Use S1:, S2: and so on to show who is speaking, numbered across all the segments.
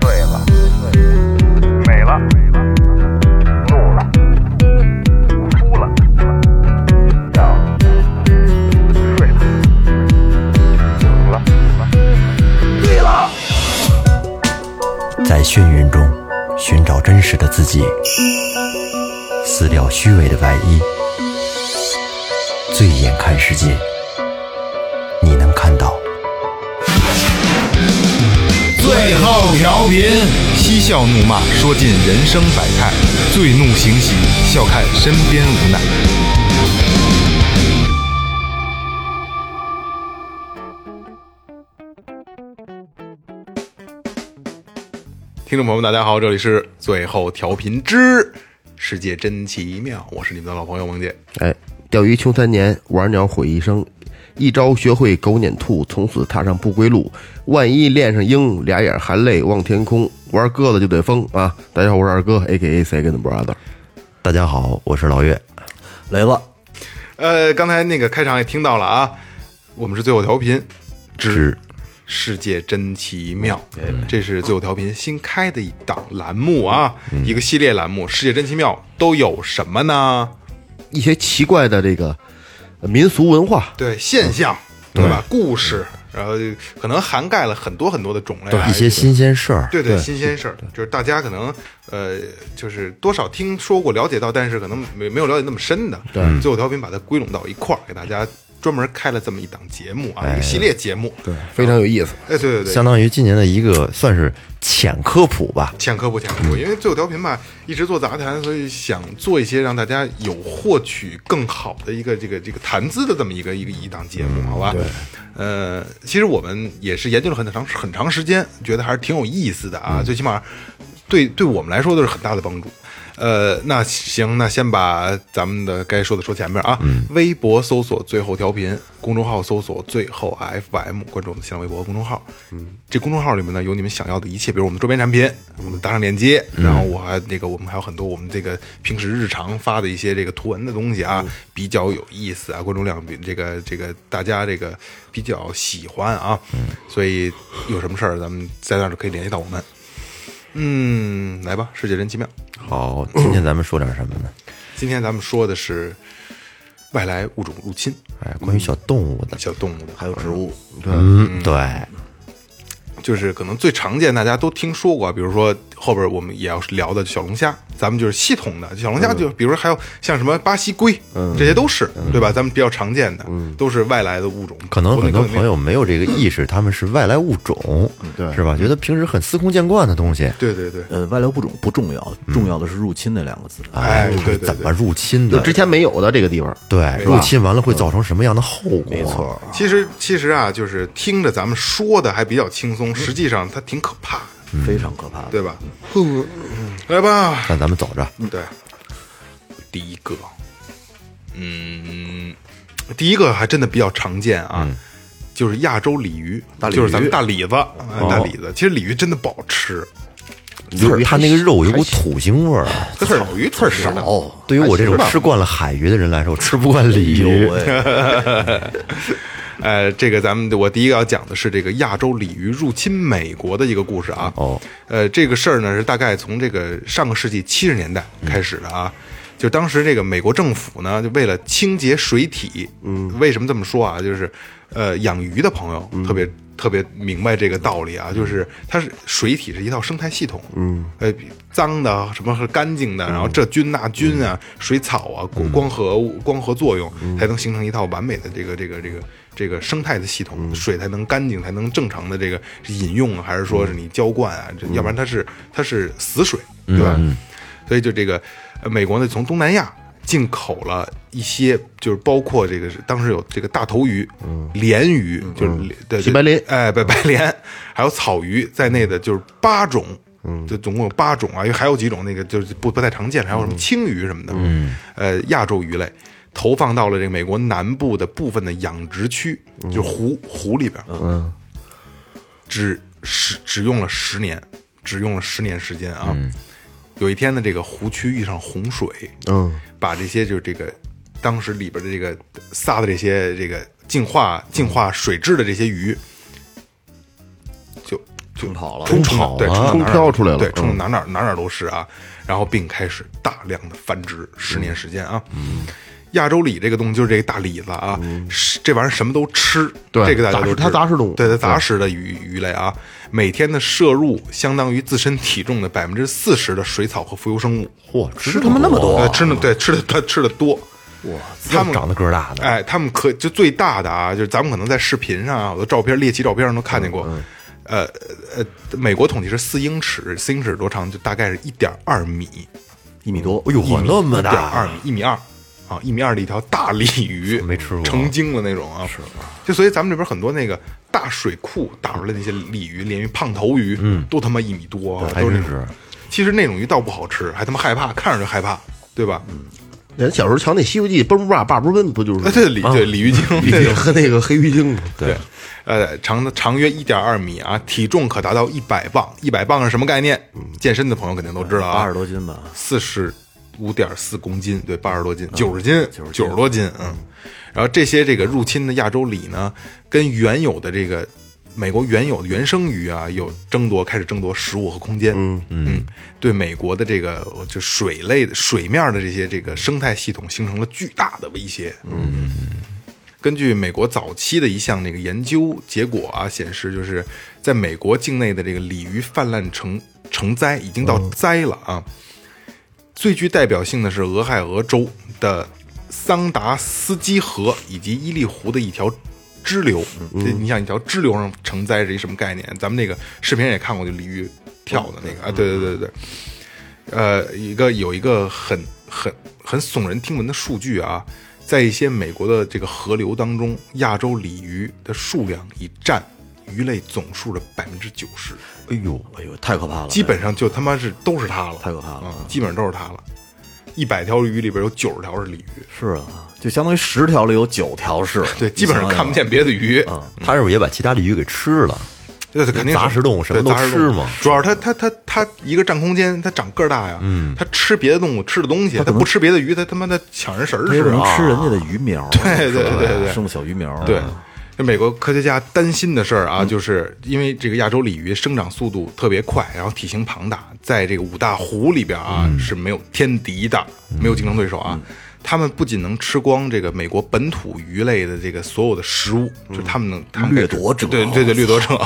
S1: 醉了，美了，怒了，哭了，笑了，睡了，醒了。
S2: 在眩晕中寻找真实的自己，撕掉虚伪的外衣，醉眼看世界，你能看到。
S3: 最后调频，
S4: 嬉笑怒骂，说尽人生百态；醉怒行喜，笑看身边无奈。听众朋友们，大家好，这里是最后调频之世界真奇妙，我是你们的老朋友萌姐。
S5: 哎，钓鱼穷三年，玩鸟毁一生，一朝学会狗撵兔，从此踏上不归路。万一恋上鹰，俩眼含泪望天空，玩鸽子就得疯啊！大家好，我是二哥，A K A Second Brother。
S2: 大家好，我是老岳。
S6: 雷子，
S4: 呃，刚才那个开场也听到了啊，我们是最后调频之世界真奇妙，
S2: 哎
S4: 这是最后调频新开的一档栏目啊，
S2: 嗯
S4: 一个系列栏目《世界真奇妙》都有什么呢？
S5: 一些奇怪的这个呃民俗文化，
S4: 对，现象，
S2: 嗯
S4: 对吧？故事，然后可能涵盖了很多很多的种类啊，
S2: 一些新鲜事儿，
S4: 对对，新鲜事儿，就是大家可能呃，就是多少听说过、了解到，但是可能没没有了解那么深的。对，最后调频把它归拢到一块儿，给大家专门开了这么一档节目啊，一个系列节目。对，
S5: 非常有意思。
S4: 哎，对对对
S2: 相，当于今年的一个算是浅科普吧。
S4: 浅刻不浅刻，因为最后调频吧一直做杂谈，所以想做一些让大家有获取更好的一个这个这个谈资的这么一个一个一档节目，好吧？对。呃，其实我们也是研究了很长很长时间，觉得还是挺有意思的啊，最起码对对我们来说都是很大的帮助。呃，那行，那先把咱们的该说的说前面啊。微博搜索最后调频，公众号搜索最后 FM，关注我们新浪微博和公众号。嗯，这公众号里面呢有你们想要的一切，比如我们周边产品，我们搭上链接，然后我还那个我们还有很多我们这个平时日常发的一些这个图文的东西啊，比较有意思啊，关注量比这个这个大家这个比较喜欢啊，所以有什么事儿咱们在那儿就可以联系到我们。嗯，来吧，世界真奇妙。
S2: 好，哦今天咱们说点什么呢？
S4: 今天咱们说的是外来物种入侵，
S2: 哎，关于小动物的，
S4: 小动物的，还有植物，
S2: 嗯，对，
S4: 就是可能最常见，大家都听说过，比如说后边我们也要聊的小龙虾，咱们就是系统的小龙虾，就比如说还有像什么巴西龟，
S2: 嗯
S4: 这些都是对吧？咱们比较常见的，都是外来的物种，
S2: 可能
S4: 国内
S2: 很多
S4: 根本没
S2: 朋友没有这个意识，他们是外来物种，对，是吧？觉得平时很司空见惯的东西，
S4: 对对对，
S6: 呃，外来物种不重要，
S2: 嗯
S6: 重要的是入侵那两个字。
S4: 哎对对
S2: 怎么
S4: 对。
S2: 入侵
S5: 就
S2: 的？
S5: 之前没有的这个地方，
S2: 对，入侵完了会造成什么样的后果？没
S6: 错，
S4: 其实其实啊，就是听着咱们说的还比较轻松，实际上它挺可怕的，
S2: 嗯
S6: 非常可怕的。
S4: 对吧？来吧，
S2: 那咱们走着，
S4: 对，嗯第一个，嗯，第一个还真的比较常见啊，就是亚洲鲤鱼，就是咱们大李子，哎大李子。其实鲤鱼真的不好吃，
S2: 有它那个肉有股土腥味儿。啊
S4: 草鱼刺儿少。
S6: 哦，
S2: 对于我这种吃惯了海鱼的人来说，我吃不惯鲤
S4: 哎
S2: 鱼。
S6: 哎
S4: 呃，这个咱们我第一个要讲的是这个亚洲鲤鱼入侵美国的一个故事啊。
S2: 哦，
S4: 呃，这个事儿呢是大概从这个上个世纪七十年代开始的啊。就当时这个美国政府呢，就为了清洁水体，嗯，为什么这么说啊？就是，呃，养鱼的朋友特别、特别明白这个道理啊，就是它是水体是一套生态系统，嗯，呃，脏的什么和干净的，然后这菌那菌啊，水草啊，光光合物光合作用才能形成一套完美的这个这个这个这个生态的系统，水才能干净，才能正常的这个饮用啊，还是说是你浇灌啊？这要不然它是它是死水，对吧？所以就这个呃美国呢，从东南亚进口了一些，就是包括这个是当时有这个大头鱼、鲢鱼，就是鲢对
S5: 西白鲢
S4: 哎，白 白鲢，还有草鱼在内的，就是八种。就总共有八种啊，因为还有几种那个就是不不太常见，还有什么青鱼什么的，嗯，呃，亚洲鱼类投放到了这个美国南部的部分的养殖区，就是湖湖里边，嗯，只十只用了十年，只用了十年时间啊，有一天呢，这个湖区遇上洪水，嗯，把这些就是这个当时里边的这个撒的这些这个净化净化水质的这些鱼，就就
S6: 冲跑了
S4: 冲
S5: 冲跑
S4: 对，
S5: 了
S4: 冲到哪儿
S5: 冲飘出来了
S4: 对，
S5: 嗯
S4: 冲哪儿哪儿哪儿哪儿都是啊。然后并开始大量的繁殖，十
S5: 嗯
S4: 年时间啊。亚洲鲤这个东西就是这个大李子啊，是这玩意儿什么都吃，
S5: 嗯对
S4: 这个大家
S5: 杂
S4: 都
S5: 食
S4: 知
S5: 它杂食动物
S4: 对它杂食的鱼鱼类啊，每天的摄入相当于自身体重的百分之四十的水草和浮游生物，
S2: 嚯，
S6: 吃他妈那么多啊
S4: 呃，吃的对吃的它吃的多，哇，他们
S2: 长得个儿大的，
S4: 哎，他们可就最大的啊，就是咱们可能在视频上啊，有的照片猎奇照片上都看见过。呃呃，美国统计是四英尺，四英尺多长？就大概是一点二米，
S6: 一米多，
S2: 哎呦嚯，那么
S4: 一点
S2: 大
S4: 二米，，一米二啊，一米二的一条大鲤 鱼，
S2: 没吃过
S4: 成精的那种啊。是就所以咱们这边很多那个大水库打出来那些鲤鱼、鲢鱼、胖头鱼，嗯，都他妈一米多啊，
S2: 对
S4: 都
S2: 还
S4: 是
S2: 真
S4: 那种
S2: 是。
S4: 其实那种鱼倒不好吃，还他妈害怕，看着就害怕，对吧？
S2: 嗯
S5: 人小时候瞧那《西游记》，奔不爸，爸不奔，不就是
S4: 那这鲤
S2: 嗯
S4: 对鲤鱼 精，这种
S5: 和那个黑鱼精吗？
S4: 对，呃，长的长约一点二米啊，体重可达到一百磅。一百磅是什么概念？健身的朋友肯定都知道啊，
S6: 嗯八十多斤吧，
S4: 四十五点四公斤，对，八十多斤，九十斤，
S6: 90
S4: 嗯九十多斤，嗯。然后这些这个入侵的亚洲鲤呢，跟原有的这个美国原有的原生鱼啊，有争夺，开始争夺食物和空间。嗯嗯，对美国的这个呃就水类的水面的这些这个生态系统形成了巨大的威胁。嗯。根据美国早期的一项那个研究结果啊，显示就是在美国境内的这个鲤鱼泛滥成成灾，已经到灾了啊。最具代表性的是俄亥俄州的桑达斯基河以及伊利湖的一条支流。这你想，一条支流上成灾是一什么概念？咱们那个视频也看过，就鲤鱼跳的那个啊，对对对对对。呃，一个有一个很很很耸人听闻的数据啊，在一些美国的这个河流当中，亚洲鲤鱼的数量已占鱼类总数的百分之九十。
S6: 哎呦哎呦，太可怕了，
S4: 基本上就他妈是都是它了，
S6: 太可怕了
S4: 嗯基本上都是它了。一百条鱼里边有九十条是鲤鱼，
S6: 是啊，就相当于十条里有九条是，
S4: 对，基本上看不
S6: 啊
S4: 见别的鱼，
S2: 他是不是也把其他鲤鱼给吃了？
S4: 对，肯定是
S2: 杂食动物什么
S4: 对
S2: 都
S4: 杂食
S2: 吃
S4: 动物
S2: 嘛
S4: 主要是它它它它一个占空间，它长个儿大呀，嗯，它吃别的动物吃的东西，它不吃别的鱼，它他妈的抢人食儿
S6: 没
S4: 吃
S6: 准能
S4: 啊，
S6: 吃人家的鱼苗，
S4: 对对对对对
S6: 生小鱼苗，啊
S4: 对。这美国科学家担心的事儿
S6: 嗯
S4: 啊，就是因为这个亚洲鲤鱼生长速度特别快，然后体型庞大，在这个五大湖里边啊
S6: 嗯
S4: 是没有天敌的，没有竞争对手啊。他们不仅能吃光这个美国本土鱼类的这个所有的食物，就他们能他们
S6: 嗯掠夺者
S4: 对对对，掠夺者，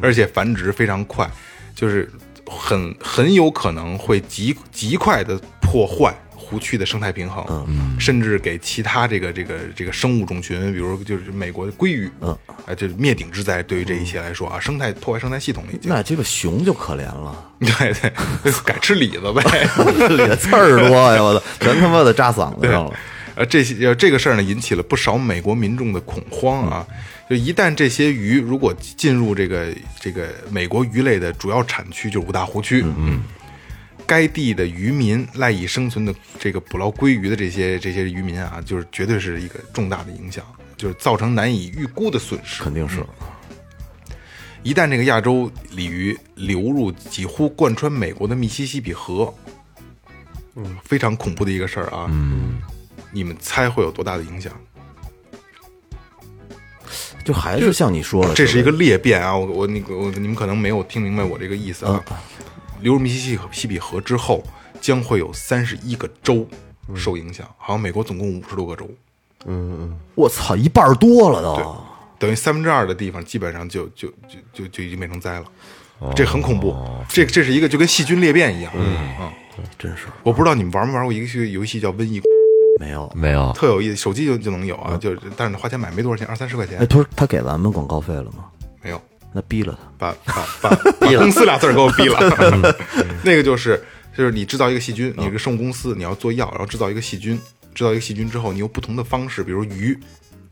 S4: 而且繁殖非常快，就是很很有可能会极极快的破坏湖区的生态平衡，甚至给其他这个这个这个生物种群，比如就是美国的鲑鱼，嗯，啊，这是灭顶之灾。对于这一些来说啊，生态破坏生态系统了已经，
S6: 那这个熊就可怜了，
S4: 对对，改吃李子呗。
S6: 里的刺儿多呀，我操，全他妈的扎嗓子上了。
S4: 呃，这些呃这个事儿呢，引起了不少美国民众的恐慌啊。就一旦这些鱼如果进入这个这个美国鱼类的主要产区，就是五大湖区，嗯，该地的渔民赖以生存的这个捕捞鲑鱼的这些这些渔民啊，就是绝对是一个重大的影响，就是造成难以预估的损失。
S6: 肯定是，
S4: 一旦这个亚洲鲤鱼流入几乎贯穿美国的密西西比河，嗯，非常恐怖的一个事儿啊。嗯，你们猜会有多大的影响？
S6: 就还是像你说的，
S4: 这是一个裂变啊！我我那个我你们可能没有听明白我这个意思啊。流入密西西比西比河之后，将会有三十一个州受影响，好像美国总共五十多个州，
S6: 我操，一半多了都。
S4: 等于三分之二的地方基本上就就就就就已经变成灾了。这很恐怖，这这是一个就跟细菌裂变一样，嗯，
S6: 真是
S4: 我不知道你们玩没玩过一个游戏叫《瘟疫》，
S6: 没有。
S2: 没有，
S4: 特有意思，手机就就能有啊，就是但是花钱买没多少钱，二三十块
S6: 哎，
S4: 钱，
S6: 他说他给咱们广告费了吗？
S4: 没有，
S6: 那逼了他。
S4: 把把把把公司俩字儿给我逼 了。那个就是就是你制造一个细菌，你这个生物公司你要做药，然后制造一个细菌，制造一个细菌之后，你用不同的方式，比如鱼，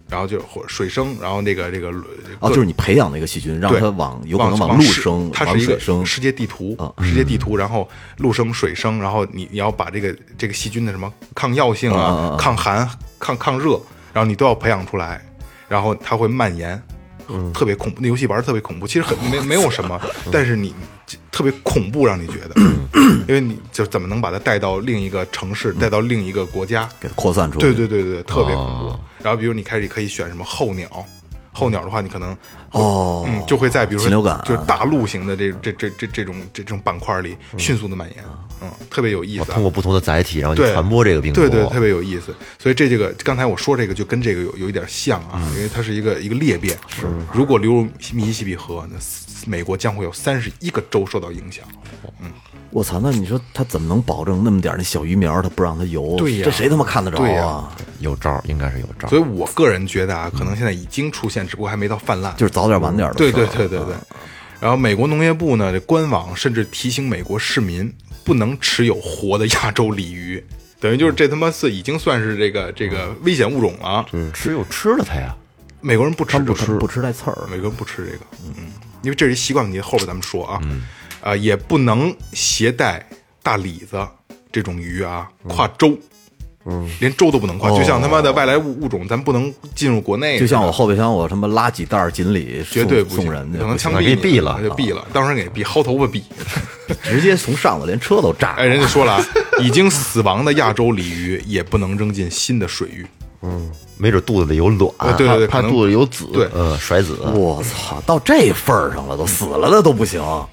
S4: 然后就或水生，然后那个这个
S6: 哦，就是你培养的一个细菌，让
S4: 对，
S6: 它往有可能
S4: 往
S6: 陆
S4: 世
S6: 生，
S4: 它
S6: 往
S4: 是一
S6: 水
S4: 个
S6: 生，
S4: 世界地图
S6: 啊，
S4: 世界地图，然后陆生、水生，然后你你要把这个这个细菌的什么抗药性
S6: 啊啊
S4: 啊
S6: 啊、
S4: 抗寒、抗抗热，然后你都要培养出来，然后它会蔓延，
S6: 嗯
S4: 特别恐怖。那游戏玩的特别恐怖，其实很没没有什 么，但是你这特别恐怖，让你觉得，因为你就怎么能把它带到另一个城市，带到另一个国家？
S6: 给它扩散出来。哦
S4: 对对对对，特别恐怖。然后比如你开始可以选什么候鸟，候鸟的话，你可能
S6: 哦，
S4: 嗯，就会在比如说
S6: 禽流感啊
S4: 就是大陆型的这这这这这种这种板块里迅速的蔓延，嗯，特别有意
S2: 哦
S4: 思啊
S2: 通。过不同的载体，然后去
S4: 对
S2: 传播这个病毒，
S4: 对对，特别有意思。所以这这个刚才我说这个就跟这个有有一点像啊，
S2: 嗯
S4: 因为它是一个一个裂变。是，如果流入密西西比河，那斯美国将会有三十一个州受到影响。
S6: 我操！那你说他怎么能保证那么点儿那小鱼苗他不让它游？
S4: 对呀
S6: 这谁他妈看得着
S4: 对
S6: 啊
S4: 呀？
S2: 有招儿，应该是有招儿
S4: 所。以我个人觉得啊，可能现在已经出现，只不过还没到泛滥。
S6: 就是早点晚点儿的事
S4: 对
S6: 儿。啊
S4: 对对对对。然后美国农业部呢，这官网甚至提醒美国市民不能持有活的亚洲鲤鱼，等于就是这他妈是已经算是这个这
S6: 嗯
S4: 个危险物种了。
S2: 嗯吃又吃了它呀，
S4: 美国人不吃这个，
S6: 不吃带刺儿。
S4: 美国人不吃这个，嗯，因为这是一习惯问题，后边咱们说啊，
S6: 嗯
S4: 啊、也不能携带大李子这种鱼啊跨州，嗯，连州都不能跨，就像他妈的外来物物种，咱不能进入国内，
S6: 哦就像我后备箱，我他妈拉几袋儿锦鲤送，
S4: 绝对不行
S6: 送人去，
S4: 可能枪毙
S2: 给
S4: 你
S2: 毙了
S4: 就毙
S6: 啊
S4: 了，当时给毙，薅头发毙。
S6: 直接从上头连车都炸了。
S4: 哎，人家说了啊，已经死亡的亚洲鲤鱼也不能扔进新的水域。
S2: 没准肚子里有卵，
S4: 啊，对对对，
S5: 怕
S4: 可能
S5: 肚子有籽，
S4: 对
S2: 呃，甩子，
S6: 我操，到这份儿上了，都死了的都不行。
S4: 啊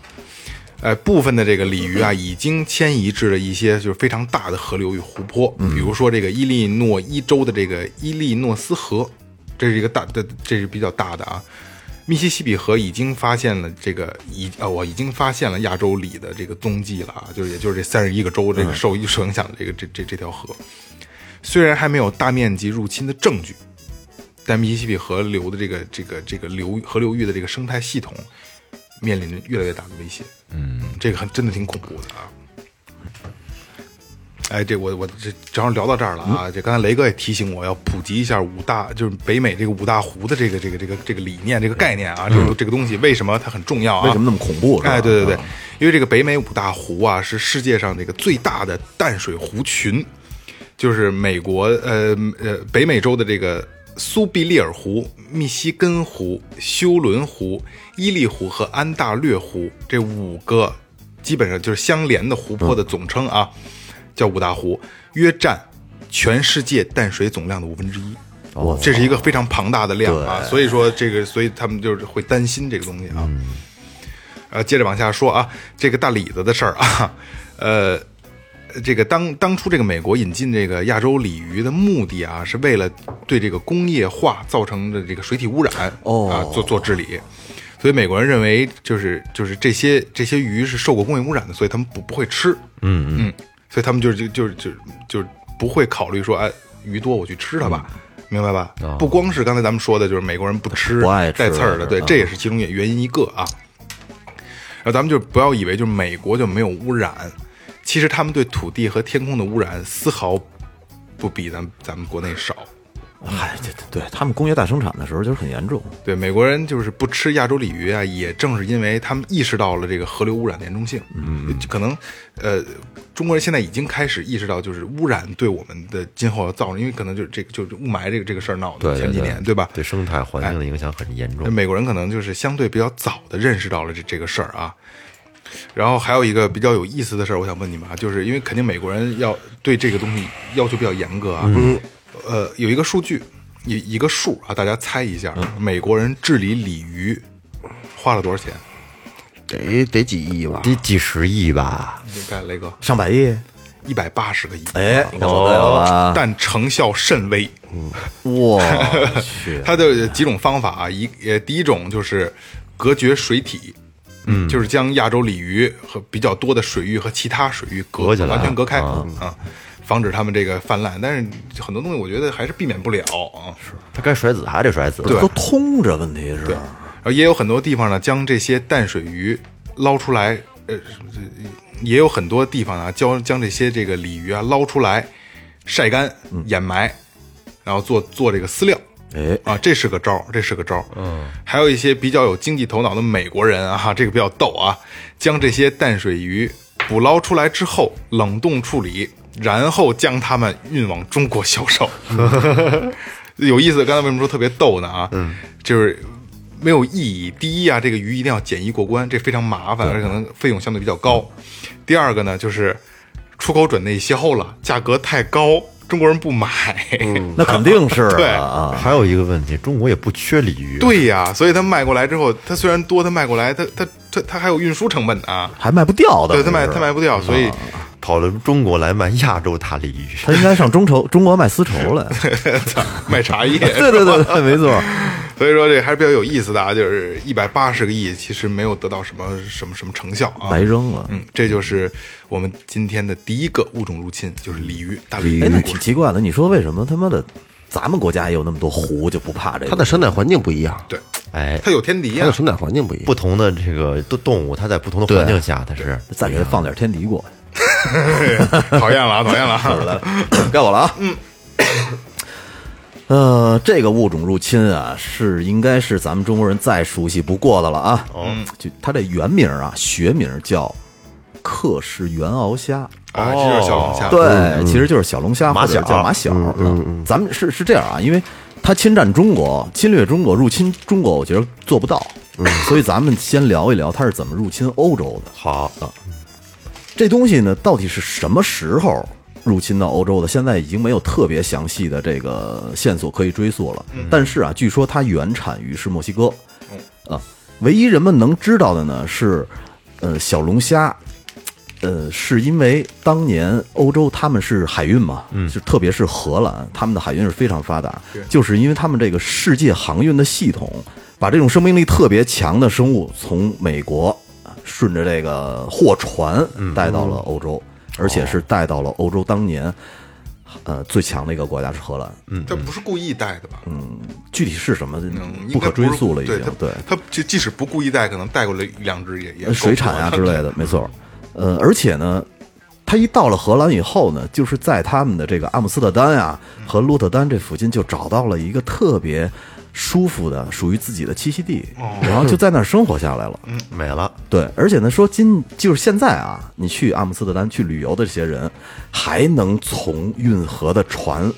S4: 呃，部分的这个鲤鱼啊，已经迁移至了一些就是非常大的河流与湖泊，比如说这个伊利诺伊州的这个伊利诺斯河，这是一个大的，这是比较大的啊。密西西比河已经发现了这个已啊，我已经发现了亚洲鲤的这个踪迹了啊，就是也就是这三十一个州这个受受影响的这个这这这条河，虽然还没有大面积入侵的证据，但密西西比河流的这个这个这个流河流域的这个生态系统面临着越来越大的威胁。嗯，这个很真的挺恐怖的啊。哎，这我我这正好聊到这儿了啊！
S6: 嗯
S4: 这刚才雷哥也提醒我要普及一下五大，就是北美这个五大湖的这个这个这个这个理念、这个概念啊，这个这个东西为什么它很重要啊？
S6: 嗯为什么那么恐怖？是吧啊
S4: 哎，对对对，因为这个北美五大湖啊，是世界上这个最大的淡水湖群，就是美国呃呃北美洲的这个苏必利尔湖、密西根湖、休伦湖、伊利湖和安大略湖这五个基本上就是相连的湖泊的总称啊，叫五大湖，约占全世界淡水总量的五分之一。
S6: 我
S4: 这是一个非常庞大的量啊，所以说这个，所以他们就是会担心这个东西啊。呃，接着往下说啊，这个大李子的事儿啊，呃，这个当当初这个美国引进这个亚洲鲤鱼的目的啊，是为了对这个工业化造成的这个水体污染
S6: 哦
S4: 啊做做治理。所以美国人认为，就是就是这些这些鱼是受过工业污染的，所以他们不不会吃。嗯嗯，所以他们就是就就就就不会考虑说，哎，鱼多我去吃它吧，
S6: 嗯
S4: 明白吧？不光是刚才咱们说的，就是美国人不吃
S6: 哦不爱吃
S4: 带刺儿的，对，
S6: 嗯
S4: 这也是其中也原因一个啊。然后咱们就不要以为就是美国就没有污染，其实他们对土地和天空的污染丝毫不比咱咱们国内少。
S6: 嗯嗨，对对对，他们工业大生产的时候就是很严重。
S4: 对美国人就是不吃亚洲鲤鱼啊，也正是因为他们意识到了这个河流污染的严重性。嗯，可能呃，中国人现在已经开始意识到，就是污染对我们的今后要造成，因为可能就是这个就是雾霾这个这个事儿闹
S2: 对
S4: 的
S2: 对
S4: 前几年，对吧？哎
S2: 对生态环境的影响很严重
S4: 那。美国人可能就是相对比较早的认识到了这这个事儿啊。然后还有一个比较有意思的事儿，我想问你们啊，就是因为肯定美国人要对这个东西要求比较严格啊。嗯。呃，有一个数据，一一个数啊，大家猜一下，美国人治理鲤鱼花了多少钱？
S5: 得得几亿吧，
S2: 得几十亿吧？
S4: 你看雷哥，
S6: 上百亿，
S4: 一百八十个亿。
S6: 哎，你看我对
S4: 哦
S6: 啊了 吧？
S4: 但成效甚微。
S6: 我去，
S4: 它的几种方法啊，一呃，第一种就是隔绝水体，嗯，就是将亚洲鲤鱼和比较多的水域和其他水域隔
S2: 隔起来
S4: 完全隔开
S2: 啊
S4: 啊，防止它们这个泛滥。但是很多东西我觉得还是避免不了啊。是。
S2: 它该甩子还得甩子，
S4: 对
S6: 都通着，问题是。
S4: 然后也有很多地方呢，将这些淡水鱼捞出来，呃，也有很多地方啊，将将这些这个鲤鱼啊捞出来，晒干、
S2: 嗯
S4: 掩埋，然后做做这个饲料。
S6: 哎，
S4: 啊，这是个招儿，这是个招儿。嗯，还有一些比较有经济头脑的美国人啊， 这个比较逗啊，将这些淡水鱼捕捞出来之后冷冻处理，然后将它们运往中国销售。 有意思，刚才为什么说特别逗呢？啊，嗯，就是。没有意义。第一啊，这个鱼一定要检疫过关，这非常麻烦，而且可能费用相嗯对比较高。第二个呢，就是出口转内销了，价格太高，中国人不买。嗯
S6: 那肯定是
S4: 对
S6: 啊啊，
S7: 还有一个问题，中国也不缺鲤鱼，，啊
S4: 对呀、所以它卖过来之后，它虽然多，它卖过来，它它它它还有运输成本啊，
S6: 还卖不掉的。
S4: 对，它卖
S6: 是嗯
S4: 它卖不掉，所以
S7: 跑到中国来卖亚洲大鲤鱼，
S6: 他应该上中筹， 中国卖丝绸来。
S4: 卖茶叶。
S6: 对对对对，没错。
S4: 所以说这还是比较有意思的啊，就是一百八十个亿，其实没有得到什么什么什么成效啊，
S6: 白扔了
S4: 嗯，这就是我们今天的第一个物种入侵，就是鲤鱼，大鲤鱼
S6: 哎，那
S4: 的故
S6: 挺
S4: 事。
S6: 奇怪的。你说为什么他妈的咱们国家也有那么多湖，就不怕这个？
S5: 它的生态环境不一样，
S4: 对，
S7: 哎，
S4: 它有天敌啊
S5: 它
S4: 呀、
S5: 的生态环境不一样
S7: 不。同的这个动动物，它在不同的环境下，它是
S6: 再给他放点天敌过来。
S4: 讨厌了啊，讨厌了 啊。
S6: 该我了啊。嗯。 呃，这个物种入侵啊，是应该是咱们中国人再熟悉不过的了啊。哦，就它这原名啊，学名叫克氏原螯虾。
S4: 啊，这就是小龙虾。
S6: 哦对，其实就是小龙虾，
S7: 马
S6: 或者
S7: 小
S6: 叫马小。嗯嗯，咱们是是这样啊，因为它侵占中国、侵略中国、入侵中国，我觉得做不到，所以咱们先聊一聊它是怎么入侵欧洲的。
S7: 好，
S6: 这东西呢，到底是什么时候入侵到欧洲的？现在已经没有特别详细的这个线索可以追溯了。
S7: 嗯
S6: 但是啊，据说它原产于是墨西哥。
S7: 嗯
S6: 啊，唯一人们能知道的呢是，呃，小龙虾。呃，是因为当年欧洲他们是海运嘛，嗯，就特别是荷兰，他们的海运是非常发达，就是因为他们这个世界航运的系统，把这种生命力特别强的生物从美国顺着这个货船
S4: 嗯
S6: 带到了欧洲，而且
S4: 哦
S6: 是带到了欧洲当年呃最强的一个国家是荷兰，嗯，
S4: 它不是故意带的吧？嗯，
S6: 具体是什么
S4: 应该
S6: 嗯不可追溯了，已
S4: 不是
S6: 经
S4: 对它
S6: 对。
S4: 它即即使不故意带，可能带过来一两只也也
S6: 呃水产啊之类的，没错。呃，而且呢，他一到了荷兰以后呢，就是在他们的这个阿姆斯特丹啊和鹿特丹这附近，就找到了一个特别舒服的属于自己的栖息地，然后就在那儿生活下来了。
S7: 没了，
S6: 对，而且呢，说今就是现在啊，你去阿姆斯特丹去旅游的这些人，还能从运河的船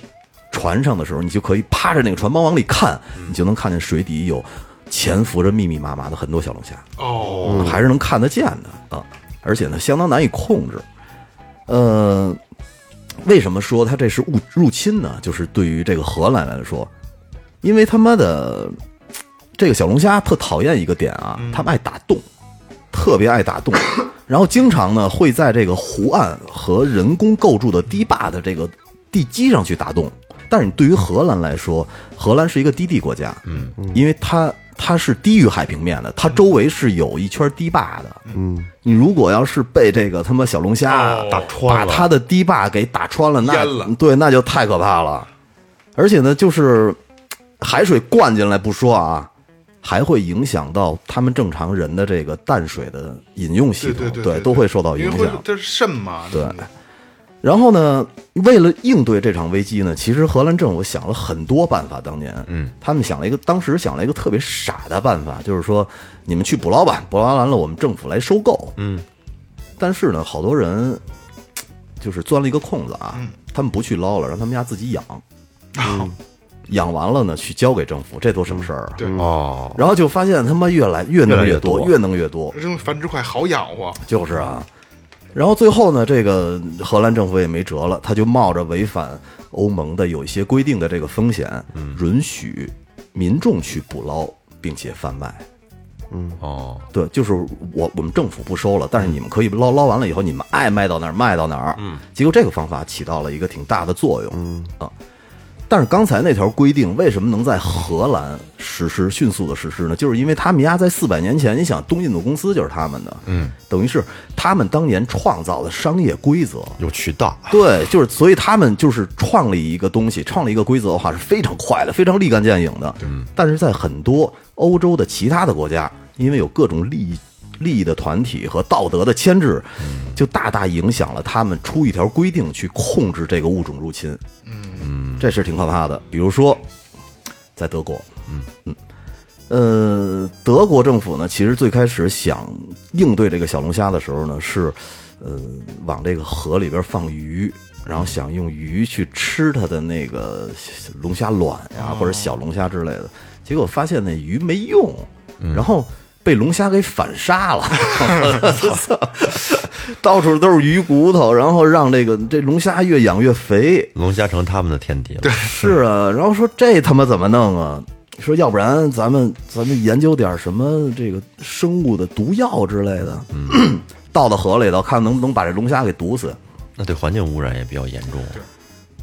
S6: 船上的时候，你就可以趴着那个船帮往里看，你就能看见水底有潜伏着密密麻麻的很多小龙虾。
S4: 哦，
S6: 还是能看得见的啊，而且呢，相当难以控制。呃，为什么说它这是入入侵呢？就是对于这个荷兰来说，因为他妈的这个小龙虾特讨厌一个点啊，他们爱打洞，特别爱打洞，然后经常呢会在这个湖岸和人工构筑的堤坝的这个地基上去打洞。但是你对于荷兰来说，荷兰是一个低地国家，嗯，因为它它是低于海平面的，它周围是有一圈堤坝的，嗯，你如果要是被这个他妈小龙虾
S7: 打穿了
S6: 把它的堤坝给打穿了，那
S4: 淹了
S6: 对，那就太可怕了。而且呢，就是海水灌进来不说啊，还会影响到他们正常人的这个淡水的饮用系
S4: 对对
S6: 统，
S4: 对
S6: 都会受到影
S4: 因为会
S6: 响。
S4: 它是肾嘛，
S6: 对
S4: 嗯
S6: 然后呢，为了应对这场危机呢，其实荷兰政府想了很多办法。当年，嗯，他们想了一个，当时想了一个特别傻的办法，就是说你们去捕捞吧，捕捞完了我们政府来收购。嗯，但是呢，好多人就是钻了一个空子啊，他们不去捞了，让他们家自己养。嗯养完了呢，去交给政府，这多省事儿啊！
S4: 对
S7: 哦，
S6: 然后就发现他妈越来越弄
S7: 越来
S6: 越
S7: 越
S6: 多，
S7: 多
S6: 越弄越多，
S4: 这东西繁殖快，好咬啊！
S6: 就是啊。然后最后呢，这个荷兰政府也没辙了，他就冒着违反欧盟的有一些规定的这个风险，允许民众去捕捞并且贩卖。
S7: 哦，
S6: 对，就是我我们政府不收了，但是你们可以捞捞完了以后，你们爱卖到哪儿卖到哪儿。嗯，结果这个方法起到了一个挺大的作用。嗯啊，但是刚才那条规定为什么能在荷兰实施迅速的实施呢？就是因为他们家在四百年前，你想东印度公司就是他们的，嗯，等于是他们当年创造的商业规则。
S7: 有渠道，
S6: 对，就是所以他们就是创立一个东西，创立一个规则的话是非常快的，非常立竿见影的。但是在很多欧洲的其他的国家，因为有各种利益利益的团体和道德的牵制，就大大影响了他们出一条规定去控制这个物种入侵。嗯，这是挺可怕的。比如说，在德国，呃，德国政府呢，其实最开始想应对这个小龙虾的时候呢，是呃往这个河里边放鱼，然后想用鱼去吃它的那个龙虾卵呀、或者小龙虾之类的。结果发现那鱼没用，然后被龙虾给反杀了。 到处都是鱼骨头，然后让这个这龙虾越养越肥。
S7: 龙虾成他们的天敌了。对，
S6: 是啊，然后说这他妈怎么弄啊？说要不然咱们咱们研究点什么这个生物的毒药之类的， 倒到河里头看能不能把这龙虾给毒死。
S7: 那对环境污染也比较严重。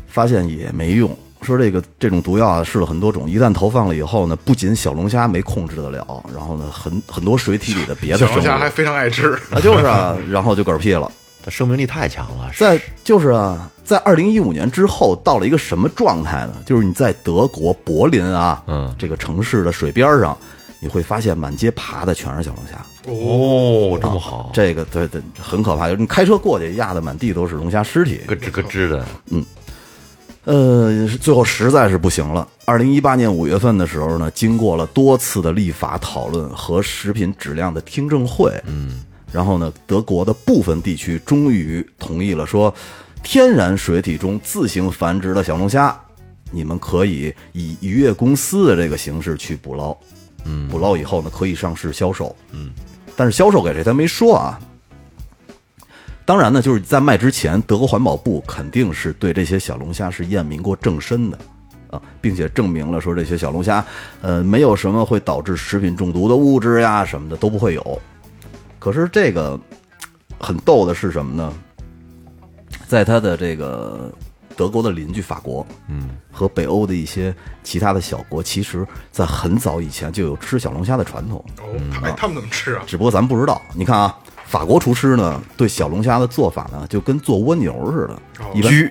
S6: 发现也没用。说这个这种毒药啊，试了很多种，一旦投放了以后呢，不仅小龙虾没控制得了，然后呢，很很多水体里的别的
S4: 小
S6: 生物
S4: 龙虾还非常爱吃，
S6: 啊，就是啊，然后就嗝屁了。
S7: 它生命力太强了。是
S6: 在就是啊，在二零一五年之后，到了一个什么状态呢？就是你在德国柏林啊，
S7: 嗯
S6: 这个城市的水边上，你会发现满街爬的全是小龙虾。
S7: 哦，这么好，
S6: 这个对对，很可怕。就是你开车过去，压的满地都是龙虾尸体。
S7: 咯吱咯吱的，
S6: 呃，最后实在是不行了。二零一八年五月份的时候呢，经过了多次的立法讨论和食品质量的听证会，嗯，然后呢，德国的部分地区终于同意了说，天然水体中自行繁殖的小龙虾，你们可以以渔业公司的这个形式去捕捞，嗯，捕捞以后呢，可以上市销售，嗯，但是销售给谁他没说啊，当然呢，就是在卖之前，德国环保部肯定是对这些小龙虾是验明过正身的，啊，并且证明了说这些小龙虾，呃，没有什么会导致食品中毒的物质呀什么的都不会有。可是这个很逗的是什么呢？在它的这个德国的邻居法国，嗯，和北欧的一些其他的小国，其实在很早以前就有吃小龙虾的传统。
S4: 哦，哎，他们怎么吃啊？
S6: 只不过咱们不知道。你看啊，法国厨师呢对小龙虾的做法呢，就跟做蜗牛似的，一般
S7: 焗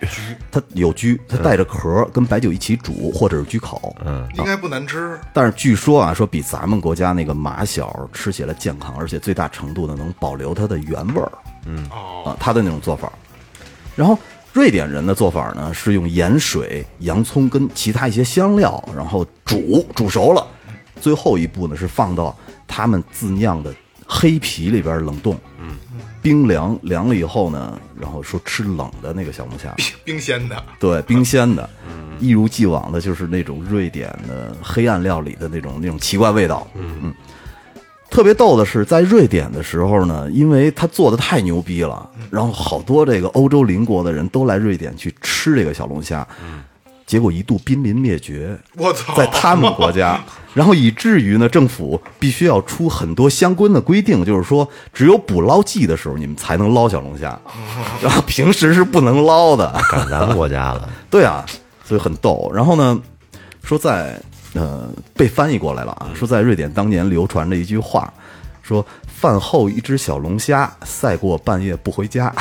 S6: 它有焗，它带着壳儿，跟白酒一起煮或者是焗烤。嗯，
S4: 应该不难吃，
S6: 但是据说啊，说比咱们国家那个马小吃起来健康，而且最大程度呢能保留它的原味儿。嗯，啊，它的那种做法。然后瑞典人的做法呢是用盐水、洋葱跟其他一些香料，然后煮煮熟了，最后一步呢是放到他们自酿的黑啤里边冷冻。嗯，冰凉凉了以后呢，然后说吃冷的那个小龙虾。
S4: 冰鲜的。
S6: 对，冰鲜的，一如既往的就是那种瑞典的黑暗料理的那种那种奇怪味道。嗯嗯，特别逗的是，在瑞典的时候呢，因为他做的太牛逼了，然后好多这个欧洲邻国的人都来瑞典去吃这个小龙虾，结果一度濒临灭绝。
S4: 我操，
S6: 在他们国家，然后以至于呢，政府必须要出很多相关的规定，就是说，只有捕捞季的时候，你们才能捞小龙虾，然后平时是不能捞的。
S7: 赶咱们国家了。
S6: 对啊，所以很逗。然后呢，说在呃被翻译过来了啊，说在瑞典当年流传着一句话，说饭后一只小龙虾，赛过半夜不回 家。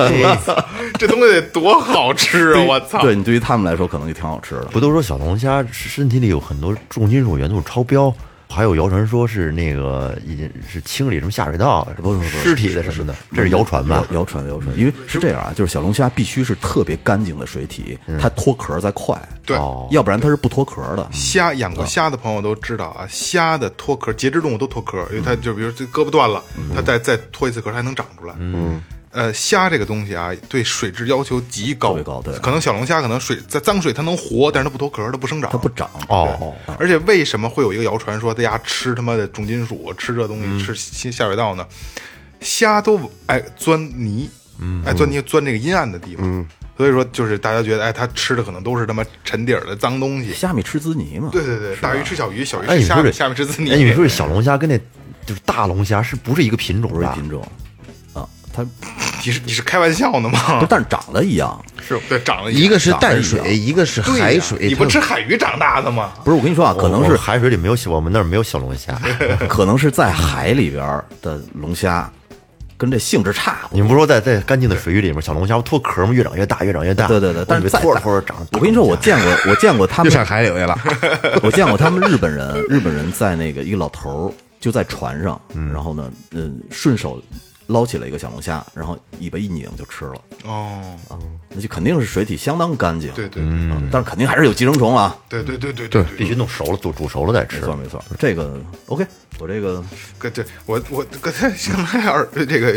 S4: 这东西得多好吃啊！我操，
S6: 对你对于他们来说可能就挺好吃的。
S7: 不都说小龙虾身体里有很多重金属元素超标，还有谣传说是那个已经是清理什么下水道、
S6: 不是不是
S7: 尸体的什么的，这是谣传吧？
S6: 谣嗯传谣传，因为是这样啊，就是小龙虾必须是特别干净的水体，它脱壳儿再快，
S4: 嗯对哦
S7: 哦
S6: 要不然它是不脱壳儿的。
S4: 虾养
S6: 啊
S4: 过虾的朋友都知道啊，虾的脱壳，节肢动物都脱壳，因为它就比如这胳膊断了，
S6: 嗯
S4: 它再再脱一次壳，它还能长出来。嗯，呃，虾这个东西啊，对水质要求极高，
S6: 特别高对
S4: 可能小龙虾可能水在脏水它能活，但是它不脱壳，它不生长，
S6: 它不长，
S7: 哦，
S4: 而且为什么会有一个谣传说大家吃他妈的重金属，吃这东
S6: 嗯
S4: 西，吃下下水道呢？虾都爱钻泥，
S6: 嗯
S4: 爱钻泥钻这个阴暗的地方，所以说就是大家觉得，哎，它吃的可能都是他妈沉底儿的脏东西。
S6: 虾米吃滋泥嘛。
S4: 对对对，大鱼吃小鱼，小鱼
S7: 哎，
S4: 吃
S7: 你
S4: 虾
S7: 说
S4: 米，
S7: 这
S4: 虾米吃自泥。
S7: 哎，你说这小龙虾跟那就是大龙虾是不是一个品种
S6: 不是
S7: 吧？
S6: 品种啊，它不
S4: 你是你是开玩笑呢
S6: 是
S4: 吗？
S6: 但是长得一样。
S4: 是，对，长了
S5: 一个是
S6: 长得
S5: 淡
S6: 一
S5: 水，
S6: 样
S5: 一个是
S4: 对呀
S5: 海水。
S4: 你不
S5: 它
S4: 吃海鱼长大的吗？
S6: 不是我跟你说啊，可能
S7: 我
S6: 是
S7: 海水里没有小，我们那儿没有小龙虾。
S6: 可能是在海里边儿的龙虾，跟这性质差不多。
S7: 你们不是说在在干净的水域里面，小龙虾脱壳吗？越长越大，越长越大。
S6: 对对对，但是再
S7: 脱着
S6: 大
S7: 脱着长。
S6: 我跟你说，我见过，我见过他
S5: 又
S6: 们
S5: 上海里去了，
S6: 我见过他们日本人，日本人在那个一个老头儿就在船上，然后呢，嗯，顺手捞起了一个小龙虾，然后尾巴一拧就吃了，
S4: 哦，
S6: 那就肯定是水体相当干净，
S4: 对对
S6: 嗯，但是肯定还是有寄生虫啊，
S4: 对对对对对
S7: 必须弄熟了，煮煮熟了再
S6: 没
S7: 吃。
S6: 错没错，这个 OK，我这个
S4: 哥，对我我刚才刚才二这个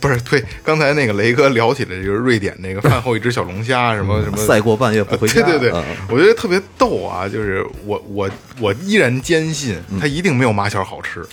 S4: 不是对，刚才那个雷哥聊起了这个瑞典那个饭后一只小龙虾什么什么
S6: 赛过半夜不回 家，
S4: 对对对
S6: 嗯，
S4: 我觉得特别逗啊！就是我我我依然坚信它一定没有马小好吃，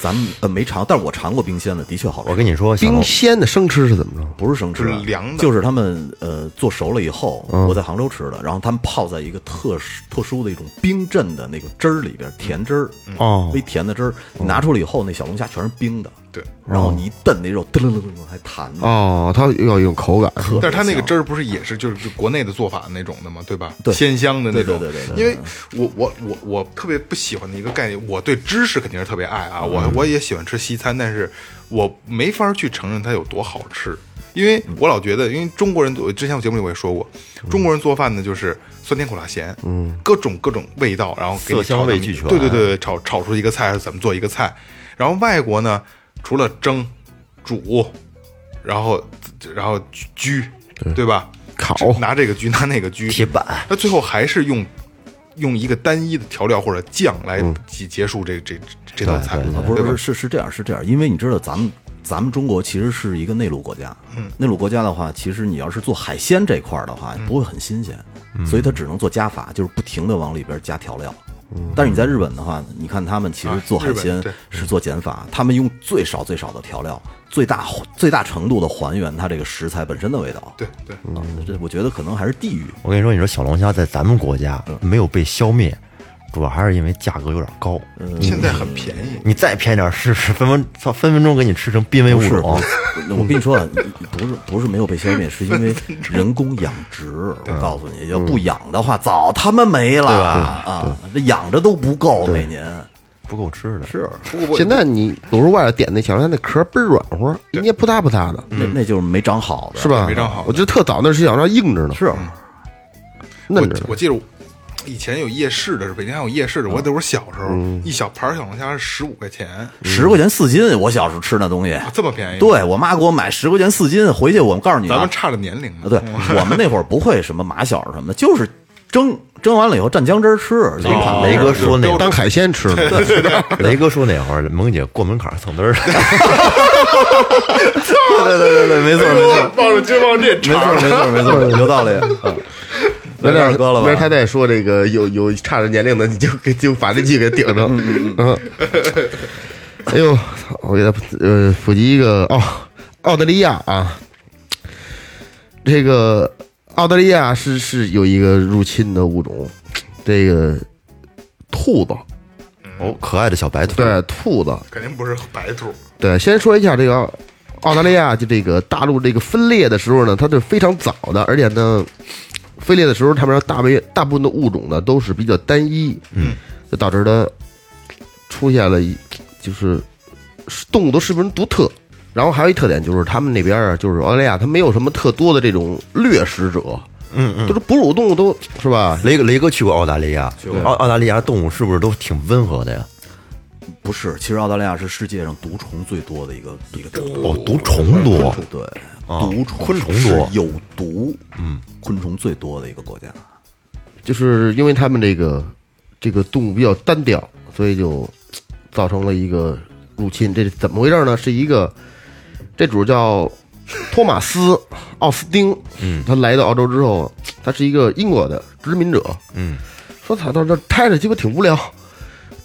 S6: 咱们呃没尝，但是我尝过冰鲜的，的确好吃。
S7: 我跟你说，小
S5: 冰
S7: 豆
S5: 鲜的生吃是怎么着？
S6: 不是生吃，
S4: 就是凉的
S6: 就是他们呃做熟了以后，
S7: 嗯
S6: 我在杭州吃的，然后他们泡在一个特殊特殊的一种冰镇的那个汁儿里边，甜汁儿，
S4: 嗯
S7: 哦哦
S6: 微甜的汁儿，你拿出来以后，那小龙虾全是冰的，
S4: 对，
S6: 然后你一炖那肉，噔噔噔噔噔还弹呢，
S5: 哦，它要有口感，
S4: 但是它那个汁儿不是也是就是国内的做法那种的吗？对吧？
S6: 对
S4: 鲜香的那种。
S6: 对对对对对
S4: 因为我我我我特别不喜欢的一个概念，我对芝士肯定是特别爱啊，
S6: 嗯
S4: 我我也喜欢吃西餐，但是我没法去承认它有多好吃，因为
S6: 嗯
S4: 我老觉得，因为中国人，我之前我节目里我也说过，中国人做饭呢就是酸甜苦辣咸，嗯，各种各种味道，然后给你
S7: 色香
S4: 炒
S7: 味
S4: 成一
S7: 俱全
S4: 对对对，对炒炒出一个菜，怎么做一个菜。然后外国呢，除了蒸、煮，然后然后焗，对吧？
S5: 烤
S4: 只拿这个焗，拿那个焗，
S7: 铁板
S4: 那最后还是用用一个单一的调料或者酱来结结束这这这道菜，
S6: 啊，不
S4: 对吧
S6: 是是是这样是这样，因为你知道咱们咱们中国其实是一个内陆国家，嗯，内陆国家的话，其实你要是做海鲜这块儿的
S4: 嗯
S6: 话，不会很新鲜，所以它只能做加法，就是不停的往里边加调料。但是你在日本的话，你看他们其实
S4: 啊
S6: 做
S4: 日
S6: 海
S4: 本
S6: 鲜
S4: 对
S6: 是做减法，他们用最少最少的调料，最大最大程度的还原它这个食材本身的味道。
S4: 对对，
S6: 啊，这我觉得可能还是地域。
S7: 我跟你说，你说小龙虾在咱们国家没有被消灭，主要还是因为价格有点高。
S4: 现在很便宜。
S7: 你再便宜点试试，分分操分分钟给你吃成濒危
S6: 不
S7: 物
S6: 是，
S7: 种
S6: 不。是我跟你说啊， 不是不是没有被消灭，是因为人工养 殖。我告诉你，要不养的话，早他妈没了啊！这养着都不够，每年
S7: 不够吃的。是
S5: 现在你有时候外头点那小龙虾，那壳儿倍儿软和，捏扑嗒扑嗒的，
S6: 那那嗯就是没长好的，
S5: 是？吧？
S4: 没长好
S5: 我觉得特早那吃小龙虾硬着呢，
S6: 是，
S7: 啊
S5: 嫩
S4: 我
S5: 着呢。
S4: 我记得我以前有夜市的，是北京还有夜市的。我那会儿小时候，一小盘小龙虾是十五块钱，
S6: 嗯十块钱四斤，我小时候吃那东西，
S4: 这么便宜？，
S6: 对我妈给我买十块钱四斤，回去我告诉你啊，
S4: 咱们差着年龄呢。
S6: 啊，对我们那会儿不会什么马小什么的，就是蒸蒸完了以后蘸姜汁儿吃，就
S7: 哦雷哥说那
S5: 当海鲜吃的，
S7: 雷哥说那会儿，萌姐过门槛儿蹭嘚儿。
S6: 对对对对，没错没错
S4: 忘了就忘这
S6: 没错没错没错， 有道理。嗯
S5: 那
S6: 来点二哥了吧？
S5: 他再说这个有有差着年龄的，你就给 就把这剧给顶上。嗯，哎呦，操我给他呃普及一个哦，澳大利亚啊，这个澳大利亚是是有一个入侵的物种，这个兔子，
S7: 哦，可爱的小白兔。
S5: 对兔子，
S4: 肯定不是白兔。
S5: 对，先说一下这个澳澳大利亚就这个大陆这个分裂的时候呢，它是非常早的，而且呢，分裂的时候他们大为大部分的物种呢都是比较单一，嗯，就导致它出现了一就是动物的身份独特。然后还有一特点就是他们那边啊，就是澳大利亚，它没有什么特多的这种掠食者，嗯嗯，就是哺乳动物都是吧，
S7: 雷哥雷哥去过澳大利亚，澳澳大利亚动物是不是都挺温和的呀？
S6: 不是，其实澳大利亚是世界上毒虫最多的一个一个国家。
S7: 哦，毒虫多。
S6: 对，
S7: 啊
S6: 毒虫
S7: 昆虫
S6: 是
S7: 多
S6: 有毒，嗯，昆虫最多的一个国家。
S5: 就是因为他们这个这个动物比较单调，所以就造成了一个入侵。这是怎么回事呢？是一个这主叫托马斯·奥斯丁，嗯，他来到澳洲之后，他是一个英国的殖民者，
S7: 嗯，
S5: 说操，到这儿待着鸡巴挺无聊，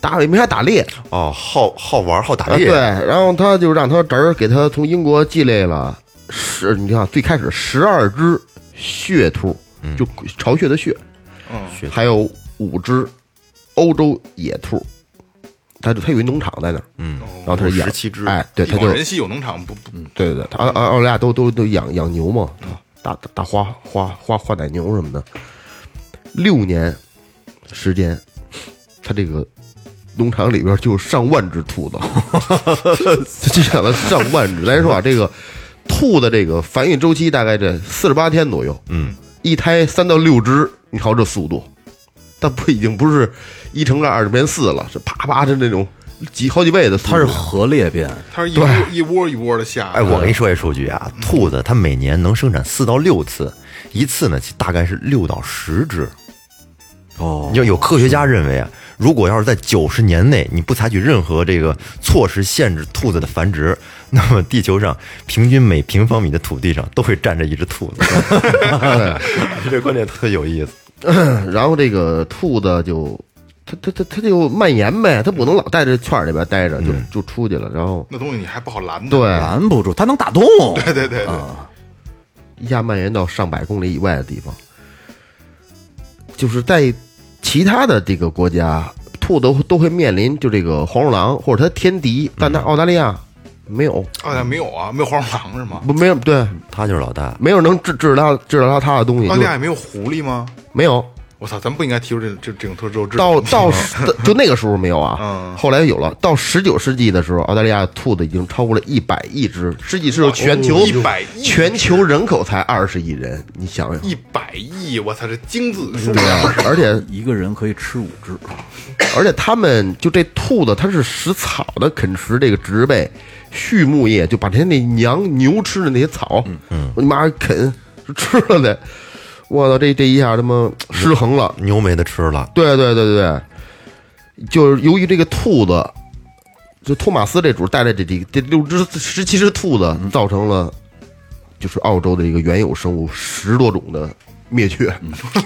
S5: 打也没啥打猎，
S7: 哦，好好玩，好打
S5: 啊，
S7: 猎。
S5: 对，然后他就让他侄儿给他从英国寄来了十，你看最开始十二只血兔，就巢穴的穴，
S7: 嗯血兔
S5: 还有五只欧洲野兔，他就他有一农场在那儿，嗯，然后他就养
S7: 17只
S5: 哎，对，他就
S4: 哦往人稀有农场不不
S5: 对对对，他澳澳大利亚都都都养养牛嘛，
S6: 嗯
S5: 大大大花花花花奶牛什么的，六年时间，他这个农场里边就有上万只兔子， 就养了上万只。咱说啊，这个兔的这个繁育周期大概在四十八天左右，嗯，一胎三到六只，你瞧这速度，它不已经不是一乘二变四了，是啪啪的那种几好几倍的速度，
S6: 它是核裂变，
S4: 它是一窝一窝一窝的下。
S7: 哎，我跟你说一数据啊，兔子它每年能生产四到六次，一次呢大概是六到十只。
S6: 哦，
S7: 就有科学家认为啊，如果要是在九十年内你不采取任何这个措施限制兔子的繁殖， 那么地球上平均每平方米的土地上都会站着一只兔子。这观点特有意思。
S5: 然后这个兔子就它它它它就蔓延呗，它不能老在这圈儿里边待着，
S4: 嗯
S5: 就就出去了，然后
S4: 那东西你还不好拦它。
S5: 对
S6: 拦不住，它能 打洞。
S4: 对对对对，
S5: 一下蔓延到上百公里以外的地方。就是在其他的这个国家，兔都都会面临就这个黄鼠狼或者它天敌，但
S4: 嗯
S5: 它澳大利亚没有，
S4: 澳大利亚没有啊，没有黄鼠狼是吗？
S5: 不没有对，
S7: 他就是老大。
S5: 没有能治治疗治疗它的东西，
S4: 澳大
S5: 就
S4: 利亚也没有狐狸吗？
S5: 没有。
S4: 我操，咱们不应该提出这这这种特殊制
S5: 到 到十就那个时候没有啊
S4: 嗯，
S5: 后来有了。到十九世纪的时候，澳大利亚兔子已经超过了一百亿只。十几世纪全球
S4: 100亿哦
S5: 全球人口才二十亿人，你想想，
S4: 一百亿，我操，这精子数
S5: 对
S4: 量
S5: 啊，而且
S6: 一个人可以吃五只，
S5: 而且他们就这兔子，它是食草的，啃食这个植被、畜牧业，就把人家那娘牛吃的那些草，
S4: 嗯
S5: 我你妈啃吃了的，我操，这这一下他妈失衡了。
S7: 牛没得吃了，
S5: 对对对对对，就是由于这个兔子，就托马斯这主带来这这这六只十七只兔子，
S6: 嗯
S5: 造成了就是澳洲的这个原有生物十多种的灭绝，
S6: 嗯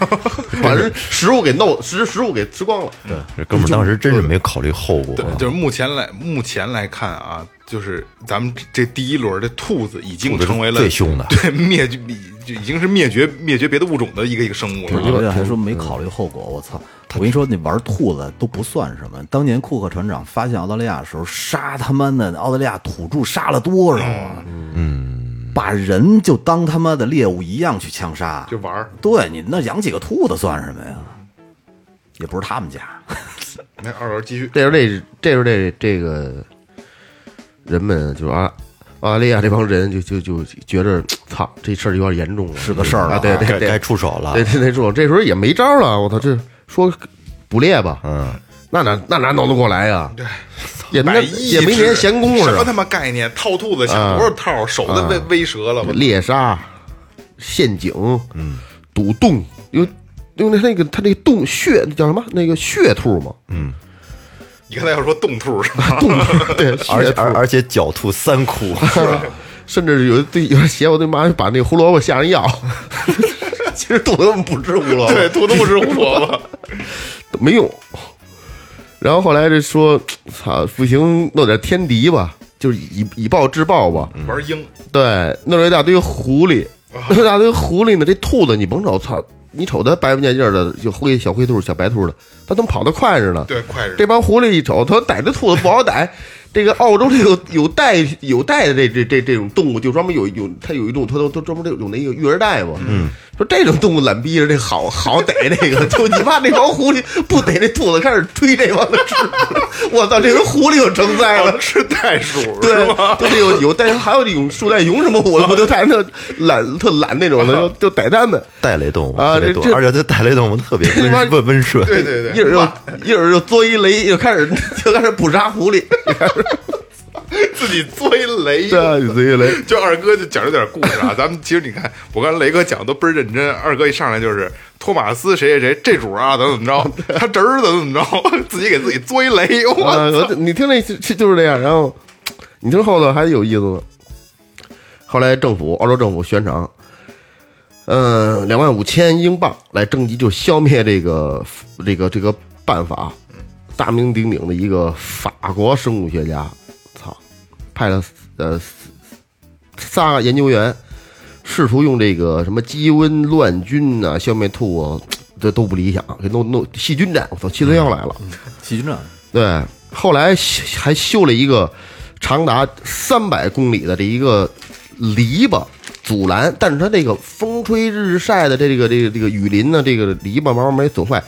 S5: 把人食物给弄食食物给吃光了。对，
S7: 这哥们儿当时真是没考虑后果
S4: 对，就是目前来目前来看啊，就是咱们这这第一轮的兔子已经
S7: 兔子是
S4: 成为了
S7: 最凶的
S4: 对灭绝就已经是灭绝灭绝别的物种的一个一个生物了。
S6: 有人还说没考虑后果，我操！我跟你说，那玩兔子都不算什么。当年库克船长发现澳大利亚的时候，杀他妈的澳大利亚土著杀了多少啊？嗯，把人就当他妈的猎物一样去枪杀，
S4: 就玩儿，
S6: 对你那养几个兔子算什么呀？也不是他们 家，
S4: 那二轮继续，
S5: 这时候这这时候这这个人们就是啊。澳大利亚这帮人就就就觉着，操，这事儿有点严重了，
S6: 是个事儿了
S5: 啊！对对
S7: 该
S5: 对，
S7: 该出手了
S5: 对。对对，这种这时候也没招了，我操，这说捕猎吧，
S7: 嗯，
S5: 那哪那哪弄得过来呀？对， 也没
S4: 百亿
S5: 也没
S4: 只
S5: 连闲工夫
S4: 什么
S5: 啊
S4: 他，妈概念？套兔子想多少套？手都被威折了，我
S5: 猎杀、陷阱、嗯，赌洞，有因为那个他那个洞穴叫什么？那个穴兔嘛，
S4: 你刚才要说冻兔是吧？
S5: 洞兔对，
S7: 而
S5: 穴
S7: 且
S5: 兔，
S7: 而而且狡兔三窟，
S5: 甚至有对有邪我他妈把那个胡萝卜下上药。其实肚子根本不吃胡萝卜，
S4: 对，兔子不吃胡萝卜，
S5: 没用。然后后来这说，操，不行，弄点天敌吧，就是以以暴制暴吧。
S4: 玩鹰，
S5: 对，弄了一大堆狐狸，弄了一大堆狐狸呢。这兔子你甭瞅，操，你瞅它白不见劲儿的，就灰小灰兔、小白兔的，它怎么跑得快着呢？
S4: 对，快是
S5: 这帮狐狸一瞅，它逮这兔子不好逮。 这个澳洲这个有带有带的这这这这种动物，就专门有有它有一种，它都都专门有有那个育儿带嘛。嗯，说这种动物懒逼着这好好逮这个， 就你怕那帮狐狸不逮这兔子，开始追这帮子吃。 我操，这人狐狸有成灾了，
S4: 哦吃袋鼠
S5: 对
S4: 是吗？，
S5: 就是有有，但是还有这种树袋熊什么，我我就带那懒特懒那种的，
S4: 哦
S5: 就就逮他们，
S7: 带雷动物
S5: 啊
S7: 特别
S5: 这
S7: 多
S5: 这
S7: 而且这带雷动物特别
S5: 这他妈
S7: 温温温顺。
S4: 对对
S5: 一
S4: 对，
S5: 会儿又一会儿又作一雷，又开始 就开始捕杀狐狸，
S4: 自己作一雷。
S7: 啊
S5: 作一雷，
S4: 就二哥就讲了点故事啊，咱们其实你看，我跟雷哥讲的都倍儿认真，二哥一上来就是托马斯谁谁谁这主啊，怎么怎么着，他侄儿怎么怎么着，自己给自己作一雷， 我
S5: 啊，
S4: 操！
S5: 我你听那就就是这样，然后你听后头还有意思呢。后来政府，澳洲政府悬赏，嗯，两万五千英镑来征集，就消灭这个这个这个办法，大名鼎鼎的一个法国生物学家，操，派了呃仨研究员，试图用这个什么鸡瘟乱菌呐、消灭兔啊，这都不理想，给弄弄细菌战，我操，七零幺来了。
S6: 细菌战
S5: 对，后来修还修了一个长达三百公里的这一个篱笆阻拦，但是它这个风吹日晒的这个这个这个雨林呢，这个篱笆慢慢没损坏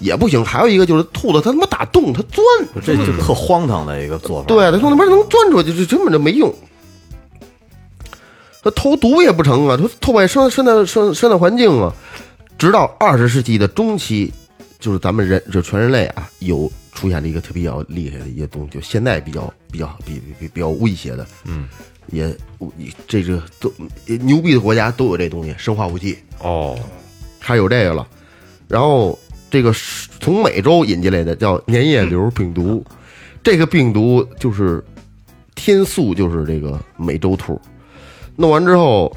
S5: 也不行。还有一个就是兔子它他妈打洞，它钻，
S6: 这就特荒唐的一个做法。
S5: 对，啊它从那边能钻出去，这根本就没用。它投毒也不成啊，它破坏生生态生生态环境啊。直到二十世纪的中期，就是咱们人就全人类啊，有出现了一个特别比较厉害的一个东西，就现在比较比较比比比比较威胁的，嗯，也这个都牛逼的国家都有这东西，生化武器。
S7: 哦，
S5: 它有这个了。然后这个是从美洲引进来的叫粘液瘤病毒，这个病毒就是天宿，就是这个美洲兔，弄完之后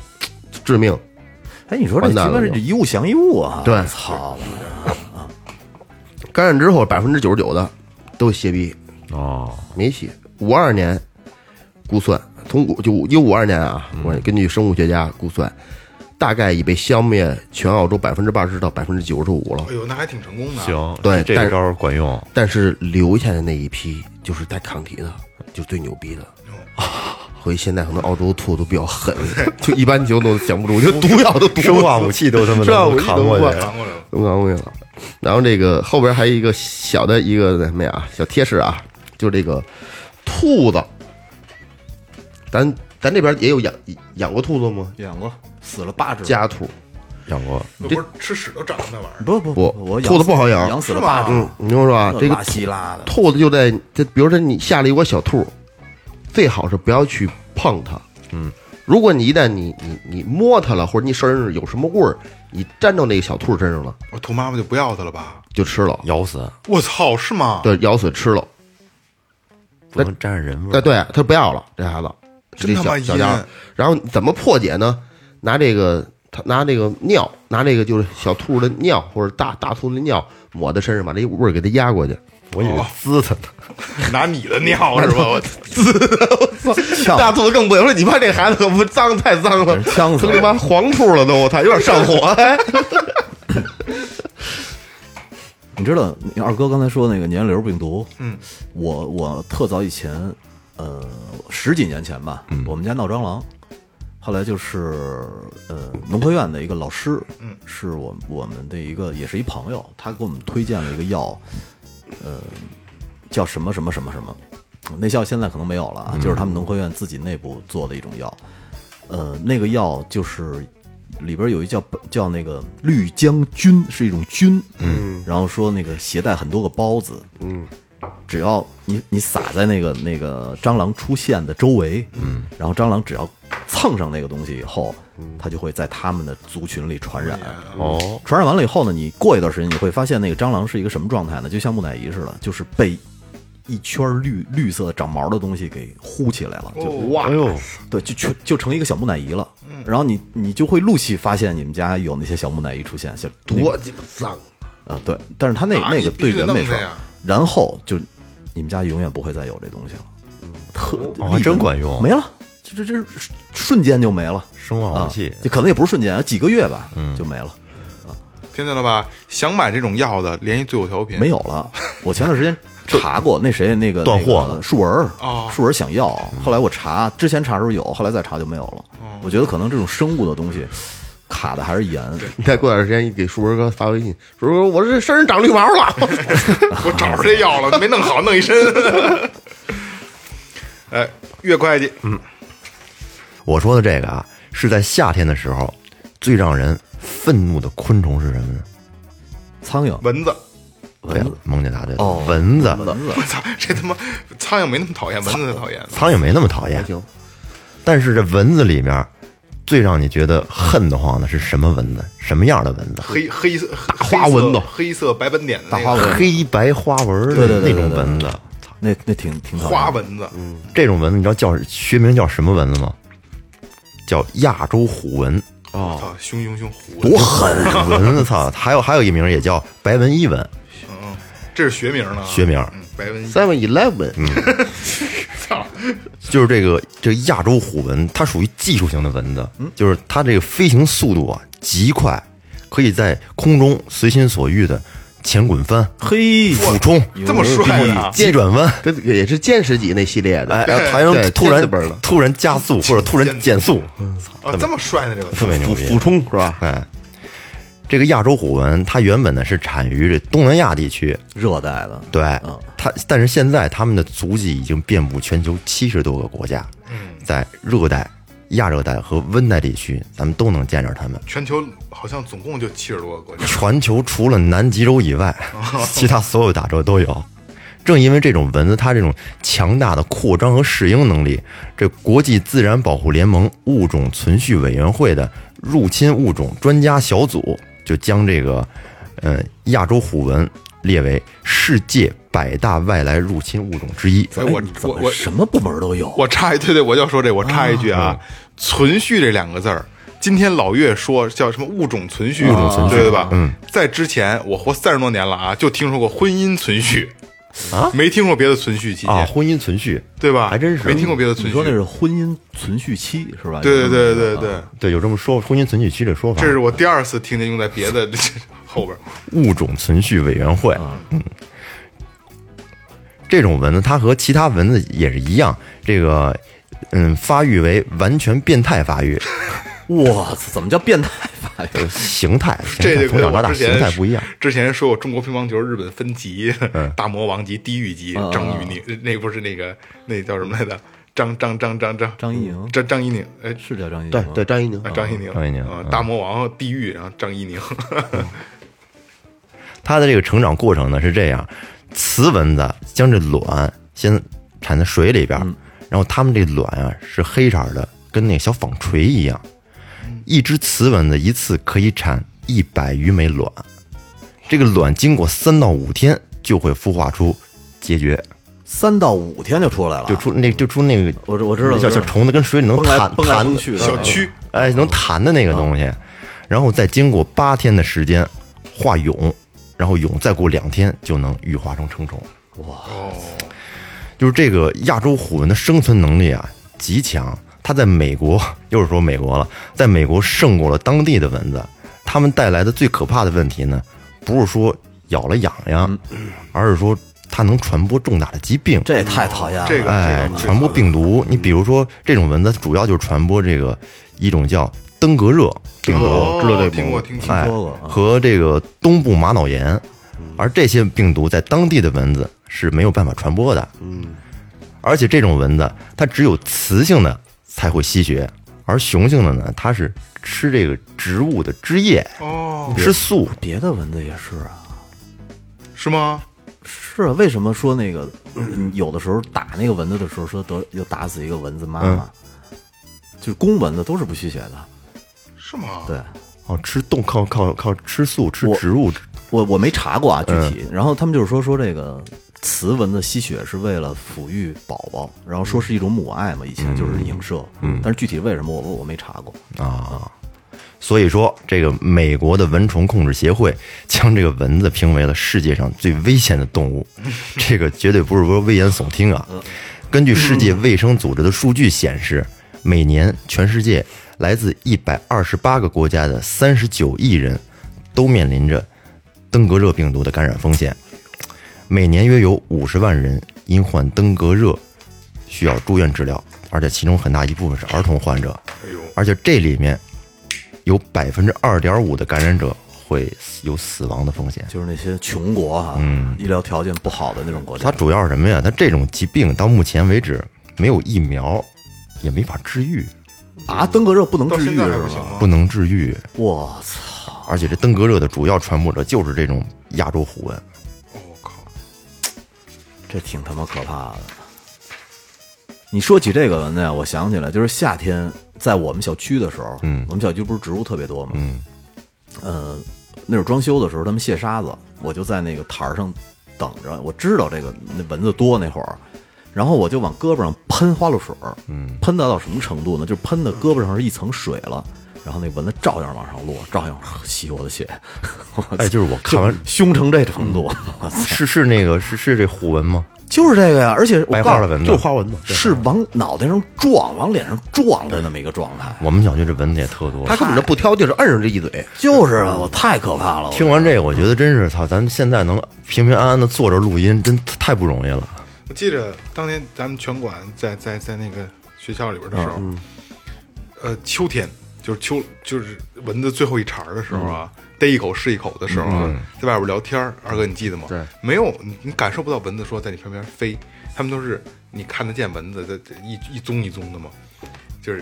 S5: 致命。
S6: 哎，你说这
S5: 完
S6: 鸡
S5: 蛋
S6: 巴
S5: 了
S6: 是
S5: 就
S6: 一物降一物啊！
S5: 对
S6: 操！
S5: 感染之后百分之九十九的都歇逼，
S7: 哦，
S5: 没戏。五二年估算，从古就一五二年啊，我根据生物学家估算，大概已被消灭全澳洲百分之八十到百分之九十五了
S4: 哎。呦，那还挺成功的。，
S7: 行，
S5: 对
S7: 这
S5: 但
S7: 个
S5: 是
S7: 招儿管用，
S5: 但是留下的那一批就是带抗体的，就最牛逼的。 所以现在可能澳洲兔都比较狠， 就一般球都降不住，就毒药都毒
S7: 生化武器都他妈
S5: 生化
S7: 能
S5: 武器
S7: 扛
S5: 都
S7: 过
S5: 不
S7: 去
S5: 管，
S4: 扛过来了。
S5: 都扛过去了。然后这个后边还有一个小的一个什么呀，小贴士啊，就是这个兔子，咱咱这边也有养养过兔子吗？
S4: 养过，
S6: 死了八只，
S5: 家兔，
S7: 养过，
S4: 不是吃屎都长那玩意儿。
S6: 不不
S5: 不
S6: 我养
S5: 兔子不好养
S6: 养死了八只，
S5: 嗯，你听我说啊，这个
S6: 拉稀拉的，
S5: 兔子就在这，比如说你下了一窝小兔，最好是不要去碰它。
S7: 嗯，
S5: 如果你一旦你你你摸它了，或者你手上有什么味儿，你沾到那个小兔身上了，
S4: 我兔妈妈就不要它了吧？
S5: 就吃了，
S7: 咬死，
S4: 我操，是吗？
S5: 对，咬死吃了。
S7: 不能沾上人味
S5: 哎，
S7: 儿，
S5: 对，它不要了，这孩子，这
S4: 真他妈
S5: 小小家伙
S4: 阴。
S5: 然后怎么破解呢？拿这个，他拿这个尿，拿这个就是小兔的尿或者大大兔的尿抹在身上，把这味儿给它压过去。
S7: 我以为滋他呢，
S4: 拿你的尿是 吧？我
S5: 大兔子更不行了，你怕这孩子可不脏，太脏了，
S6: 呛死
S5: 成
S6: 了
S5: 他妈黄兔了都，我操，有点上火。哎
S6: 你知道你二哥刚才说那个粘瘤病毒，
S4: 嗯，
S6: 我我特早以前，呃，十几年前吧，我们家闹蟑螂，后来就是呃农科院的一个老师，嗯，是我们我们的一个也是一朋友，他给我们推荐了一个药，呃，叫什么什么什么什么，那药现在可能没有了啊，就是他们农科院自己内部做的一种药，呃，那个药就是里边有一叫叫那个绿将军，是一种菌，嗯，然后说那个携带很多个孢子，嗯，只要你你撒在那个那个蟑螂出现的周围，嗯，然后蟑螂只要蹭上那个东西以后，它就会在它们的族群里传染，
S7: 哦，
S6: 传染完了以后呢，你过一段时间你会发现那个蟑螂是一个什么状态呢？就像木乃伊似的，就是被一圈绿绿色长毛的东西给糊起来了，就
S7: 哎呦，
S6: 对，就全就成一个小木乃伊了。然后你你就会陆续发现你们家有那些小木乃伊出现，小
S5: 多鸡巴脏！
S6: 啊，对，但是他那
S4: 啊
S6: 那个
S4: 你必须
S6: 对人没事
S4: 弄这
S6: 儿
S4: 样，
S6: 然后就你们家永远不会再有这东西了，特
S7: 哦还真管用
S6: 没了，这这这瞬间就没了，
S7: 生化
S6: 啊
S7: 武器，，
S6: 就可能也不是瞬间，几个月吧，
S7: 嗯
S6: 就没了。
S4: 听见了吧？想买这种药的，联系最后调频。
S6: 没有了。我前段时间查过，那谁那个
S7: 断货了嗯
S6: 那个树文儿
S4: 哦
S6: 树文儿想要，后来我查，之前查的时候有，后来再查就没有了。我觉得可能这种生物的东西卡的还是严，
S5: 你再过段时间，你给树文哥发微信，树文哥，我这身上长绿毛了。
S4: 我找着这药了，没弄好，弄一身。 哎，岳会计，嗯，
S7: 我说的这个啊，是在夏天的时候，最让人愤怒的昆虫是什么呢？
S6: 苍蝇、
S4: 蚊子，
S7: 对了，蒙姐答对了，
S6: 哦
S7: 蚊子。
S6: 蚊子
S4: 我。操，这他妈苍蝇没那么讨厌，蚊子才讨厌。
S7: 苍蝇没那么讨厌，
S5: 行，
S7: 但是这蚊子里面最让你觉得恨得慌的是什么蚊子？什么样的蚊子？
S4: 黑黑色
S5: 花蚊
S4: 黑
S5: 子
S4: 色黑色白斑点的那
S6: 大
S4: 个
S6: 花蚊
S7: 黑白花纹儿
S6: 对对
S7: 的
S6: 对
S7: 那
S6: 对
S7: 种
S6: 对
S7: 蚊子。
S6: 那那挺挺讨厌
S4: 花蚊子，
S7: 这种蚊子你知道叫学名叫什么蚊子吗？叫亚洲虎蚊，
S4: 我操，凶凶凶，虎
S7: 多狠啊！蚊子操！还有还有一名也叫白纹伊蚊，
S4: 这是学名呢？
S7: 学名
S4: 嗯，白蚊子，
S5: seven eleven，
S4: 操，
S7: 就是这个这个亚洲虎纹，它属于技术型的蚊子，就是它这个飞行速度啊极快，可以在空中随心所欲的前滚翻、
S6: 嘿，
S7: 俯冲、
S4: 这么帅啊！
S7: 急转弯，
S5: 这也是歼十级那系列的。
S7: 哎，然后
S4: 对
S7: 还能
S5: 对
S7: 突然
S5: 尖子纹了
S7: 突然加速或者突然减 速，
S4: 啊，这么帅呢，这个
S7: 特别牛
S5: 俯
S7: 逼
S5: 俯。冲是吧？
S7: 哎，这个亚洲虎纹它原本呢是产于这东南亚地区，
S6: 热带的，
S7: 对，
S5: 嗯
S7: 它但是现在它们的足迹已经遍布全球七十多个国家，
S5: 嗯
S7: 在热带、亚热带和温带地区，咱们都能见着它们。
S4: 全球好像总共就七十多个国家。
S7: 全球除了南极洲以外，其他所有大洲都有。正因为这种蚊子它这种强大的扩张和适应能力，这国际自然保护联盟物种存续委员会的入侵物种专家小组就将这个，呃，亚洲虎纹列为世界百大外来入侵物种之一。
S4: 哎，我
S6: 你怎
S4: 我
S6: 么
S4: 我
S6: 什么部门都有，
S4: 我插一，对对，我就要说这，我插一句啊，存续这两个字儿，今天老岳说叫什么物种存续，
S7: 物种存续
S4: 对对吧？
S7: 嗯，
S4: 在之前我活三十多年了啊，就听说过婚姻存续，
S7: 啊
S4: 没听过别的存续期间，
S7: 啊，婚姻存续，
S4: 对吧？
S7: 还真是
S4: 没听过别的存
S6: 你
S4: 续。
S6: 说那是婚姻存续期是吧？
S4: 对对对对对，
S6: 啊
S7: 对，有这么说婚姻存续期这说法，
S4: 这是我第二次听见用在别的后边儿。
S7: 物种存续委员会。
S4: 啊
S7: 嗯，这种蚊子它和其他蚊子也是一样，这个嗯，发育为完全变态发育，
S6: 我操，怎么叫变态法呀？
S7: 形态形
S4: 这
S7: 态
S4: 就
S7: 从
S4: 跟
S7: 小到
S4: 我
S7: 大
S4: 之
S7: 形
S4: 前
S7: 态不一样。
S4: 之前说过中国乒乓球日本分级，大魔王级、地狱级，张玉宁，那不是那个那叫什么来着？张张张张张
S6: 张怡宁
S4: 张张怡宁，哎，
S6: 是叫张一宁
S5: 对
S6: 吗
S5: 对，张一宁
S4: 啊，张怡宁，
S7: 张怡宁
S4: 啊
S7: 嗯
S4: 大魔王地狱，然后张怡宁，
S7: 它的这个成长过程呢是这样：雌蚊子将这卵先产在水里
S6: 嗯
S7: 边，然后它们这卵啊是黑色的，跟那个小纺锤一样。一只雌蚊子一次可以产一百余枚卵，这个卵经过三到五天就会孵化出孑孓，
S6: 三到五天就出来了，
S7: 就出那就出那个
S6: 我知我知道
S7: 小
S6: 我知
S7: 小
S6: 道
S7: 虫子跟水里能
S6: 蹦来
S7: 弹
S6: 蹦来
S7: 弹
S6: 蹦
S7: 的
S6: 去的
S4: 小区
S7: 哎，能弹的那个东西，然后再经过八天的时间化蛹，然后蛹再过两天就能羽化成成虫。
S4: 哦，
S7: 就是这个亚洲虎纹的生存能力啊极强，它在美国 又是说美国了，在美国胜过了当地的蚊子。它们带来的最可怕的问题呢，不是说咬了痒痒，而是说它能传播重大的疾病。
S6: 这也太讨厌了。
S4: 这个
S7: 哎
S4: 这，个
S7: 传播病毒，你比如说这种蚊子，主要就是传播这个一种叫登革热病毒，
S4: 哦
S7: 知道这
S4: 听
S7: 病
S4: 过
S7: 毒
S4: 听说
S7: 哎
S6: 过啊，
S7: 和这个东部玛瑙炎，而这些病毒在当地的蚊子是没有办法传播的。嗯，而且这种蚊子它只有雌性的才会吸血，而雄性的呢，它是吃这个植物的枝叶，
S4: 哦，
S7: 吃素。
S6: 别的蚊子也是啊，
S4: 是吗？
S6: 是啊。为什么说那个嗯有的时候打那个蚊子的时候说得又打死一个蚊子妈妈？就是公蚊子都是不吸血的。
S4: 是吗？
S6: 对
S7: 哦，吃动靠靠靠吃素吃
S6: 我
S7: 植物，
S6: 我我没查过啊具体，然后他们就是说说这个雌蚊子吸血是为了抚育宝宝，然后说是一种母爱嘛，以前就是影射。嗯，但是具体为什么我我我没查过。
S7: 啊。所以说，这个美国的蚊虫控制协会 将这个蚊子评为了世界上最危险的动物，这个绝对不是说危言耸听啊。根据世
S4: 嗯
S7: 界卫生组织的数据显示，每年全世界来自一百二十八个国家的三十九亿人都面临着登革热病毒的感染风险，每年约有五十万人因患登革热需要住院治疗，而且其中很大一部分是儿童患者。
S4: 哎呦，
S7: 而且这里面有百分之二点五的感染者会有死亡的风险。
S6: 就是那些穷国哈、医疗条件不好的那种国家
S7: 它，主要是什么呀？它这种疾病到目前为止没有疫苗，也没法治愈，
S6: 啊，登革热不能
S4: 到
S6: 治
S4: 现
S6: 愈
S4: 在还
S6: 是
S4: 不行
S6: 吗？
S4: 吗？
S7: 不能治愈。
S6: 我操！
S7: 而且这登革热的主要传播者就是这种亚洲虎纹。
S4: 哦我靠，
S6: 这挺他妈可怕的。你说起这个蚊子呀，我想起来，就是夏天在我们小区的时候，嗯，我们小区不是植物特别多嘛，嗯，呃，那会儿装修的时候，他们卸沙子，我就在那个台儿上等着，我知道这个那蚊子多那会儿，然后我就往胳膊上喷花露水，嗯，喷到到什么程度呢？就是喷的胳膊上是一层水了。然后那蚊子照样往上落，照样吸我的血， 我操
S7: 哎就是我看完
S6: 就凶成这程度， 我操！
S7: 是是那个是是这虎纹吗？
S6: 就是这个呀，而且我
S7: 白
S6: 告
S7: 花
S6: 诉
S7: 的蚊
S6: 你
S7: 子，
S5: 就是花蚊子，
S6: 是往脑袋上撞，往脸上撞的那么一个状态，
S7: 我们小区这蚊子也特多
S5: 他。根本就不挑地儿，摁上这一嘴，
S6: 就是啊，我太可怕了。我
S7: 听完这个，我觉得真是操，咱们现在能平平安安的坐着录音，真太不容易了。
S4: 我记着当年咱们拳馆在在在那个学校里边的时
S6: 嗯
S4: 候，呃，秋天就是秋就是蚊子最后一茬儿的时候啊，
S6: 嗯
S4: 逮一口是一口的时候啊，在外边聊天儿，二哥你记得吗？对，没有你你感受不到蚊子说在你身边飞，他们都是你看得见蚊子的这一一宗一宗的嘛，就是，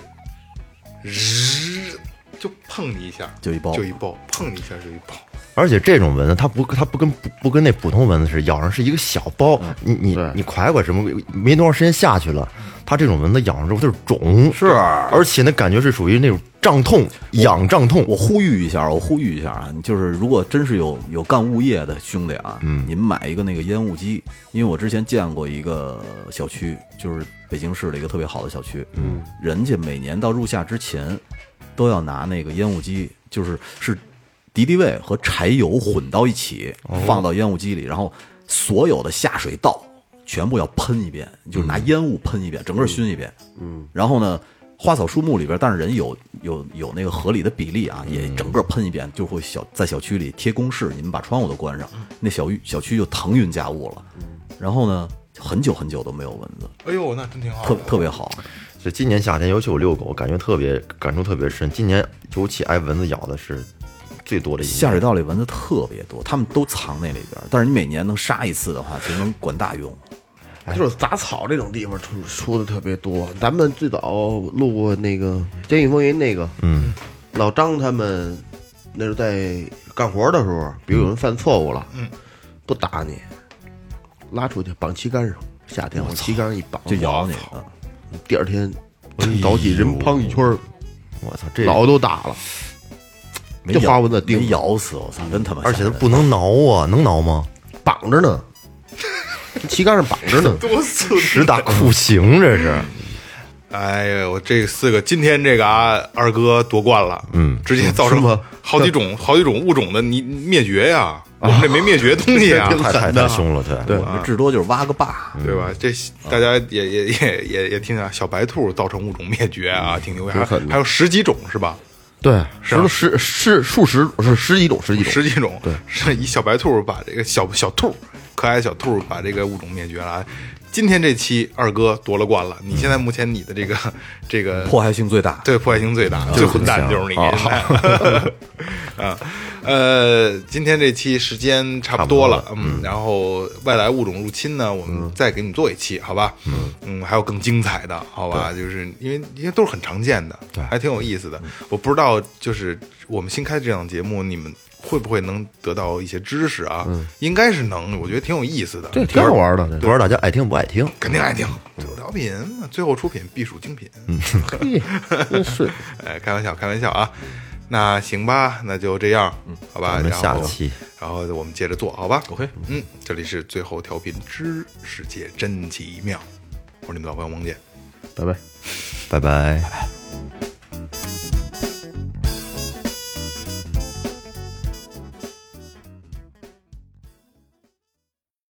S4: 日就碰你一下
S6: 就一包
S4: 就一包，碰你一下就一包。
S7: 而且这种蚊子，它不，它不跟不不跟那普通蚊子似的，咬上是一个小包，你你
S5: 对
S7: 你快快什么，没多长时间下去了，它这种蚊子咬上之后它是肿，是，而且那感觉是属于那种胀痛、痒胀痛。
S6: 我呼吁一下，我呼吁一下啊，你就是如果真是有有干物业的兄弟啊，嗯，你们买一个那个烟雾机，因为我之前见过一个小区，就是北京市的一个特别好的小区，嗯，人家每年到入夏之前，都要拿那个烟雾机，就是是敌敌畏和柴油混到一起，放到烟雾机里，然后所有的下水道全部要喷一遍，就是拿烟雾喷一遍，整个熏一遍。嗯，然后呢，花草树木里边，但是人有有有那个合理的比例啊，也整个喷一遍，就会小在小区里贴公示，你们把窗户都关上，那小区小区就腾云驾雾了。然后呢，很久很久都没有蚊子，
S4: 哎呦，那真挺好
S6: 特
S4: 的。
S6: 特别好。
S7: 所以今年夏天，尤其我遛狗，感觉特别感触特别深。今年尤其挨蚊子咬的是最多的一年
S6: 下水道里蚊子特别多，它们都藏那里边儿，但是你每年能杀一次的话，其实能管大用。
S5: 就是杂草这种地方出出的特别多。咱们最早路过那个《监狱风云》那个，嗯，老张他们那是在干活的时候，比如有人犯错误了，嗯，不打你，拉出去绑旗杆上，夏天往旗杆上一绑，
S6: 就咬你。嗯
S5: 第二天早起人胖一圈儿，
S7: 我操，这
S5: 脑都打了。
S6: 没
S5: 就
S6: 咬
S5: 花蚊子叮
S6: 没咬死我操，真他妈吓
S7: 而且它
S6: 人！
S7: 不能挠啊，能挠吗？
S5: 绑着 呢，旗杆上绑着呢。
S4: 多次
S7: 直打酷刑，这是。
S4: 哎呀，我这四个今天这个啊，二哥夺冠了，嗯，直接造成
S5: 是吗
S4: 好几 种好几种物种的你灭绝呀，我们这没灭绝东 西啊，
S7: 太太太凶了，对
S6: 我们至多就是挖个坝，
S4: 对
S5: 嗯
S4: 吧？这大家也也也也也听啊，小白兔造成物种灭绝
S5: 嗯
S4: 啊，挺牛逼，还还有十几种是吧？
S5: 对，
S4: 啊
S5: 十十是数十是十几种，十几种。
S4: 十几种，对，是一小白兔把这个小小兔，可爱小兔把这个物种灭绝了啊。今天这期二哥夺了冠了，你现在目前你的这个这个
S6: 破坏性最大。
S4: 对，破坏性最大，最混蛋就是哦你。 啊，呃，今天这期时间差不多了，嗯，然后外来物种入侵呢，我们再给你做一期，好吧？嗯还有更精彩的，好吧？就是因为因为都是很常见的，对，嗯还挺有意思的。我不知道，就是我们新开这档节目，你们。会不会能得到一些知识啊？应该是能，我觉得挺有意思的，
S5: 这挺好玩的，
S7: 不知道大家爱听不爱听。
S4: 肯定爱听。九条品，最后出品必属精品。
S5: 这真是。
S4: 哎，开玩笑，开玩笑啊。那行吧，那就这样，嗯好吧。
S7: 咱们
S4: 然
S7: 下
S4: 后
S7: 期，
S4: 然后我们接着做，好吧？OK，嗯，这里是最后调频之世界真奇妙，我是你们老朋友王姐。
S7: 拜拜，拜拜。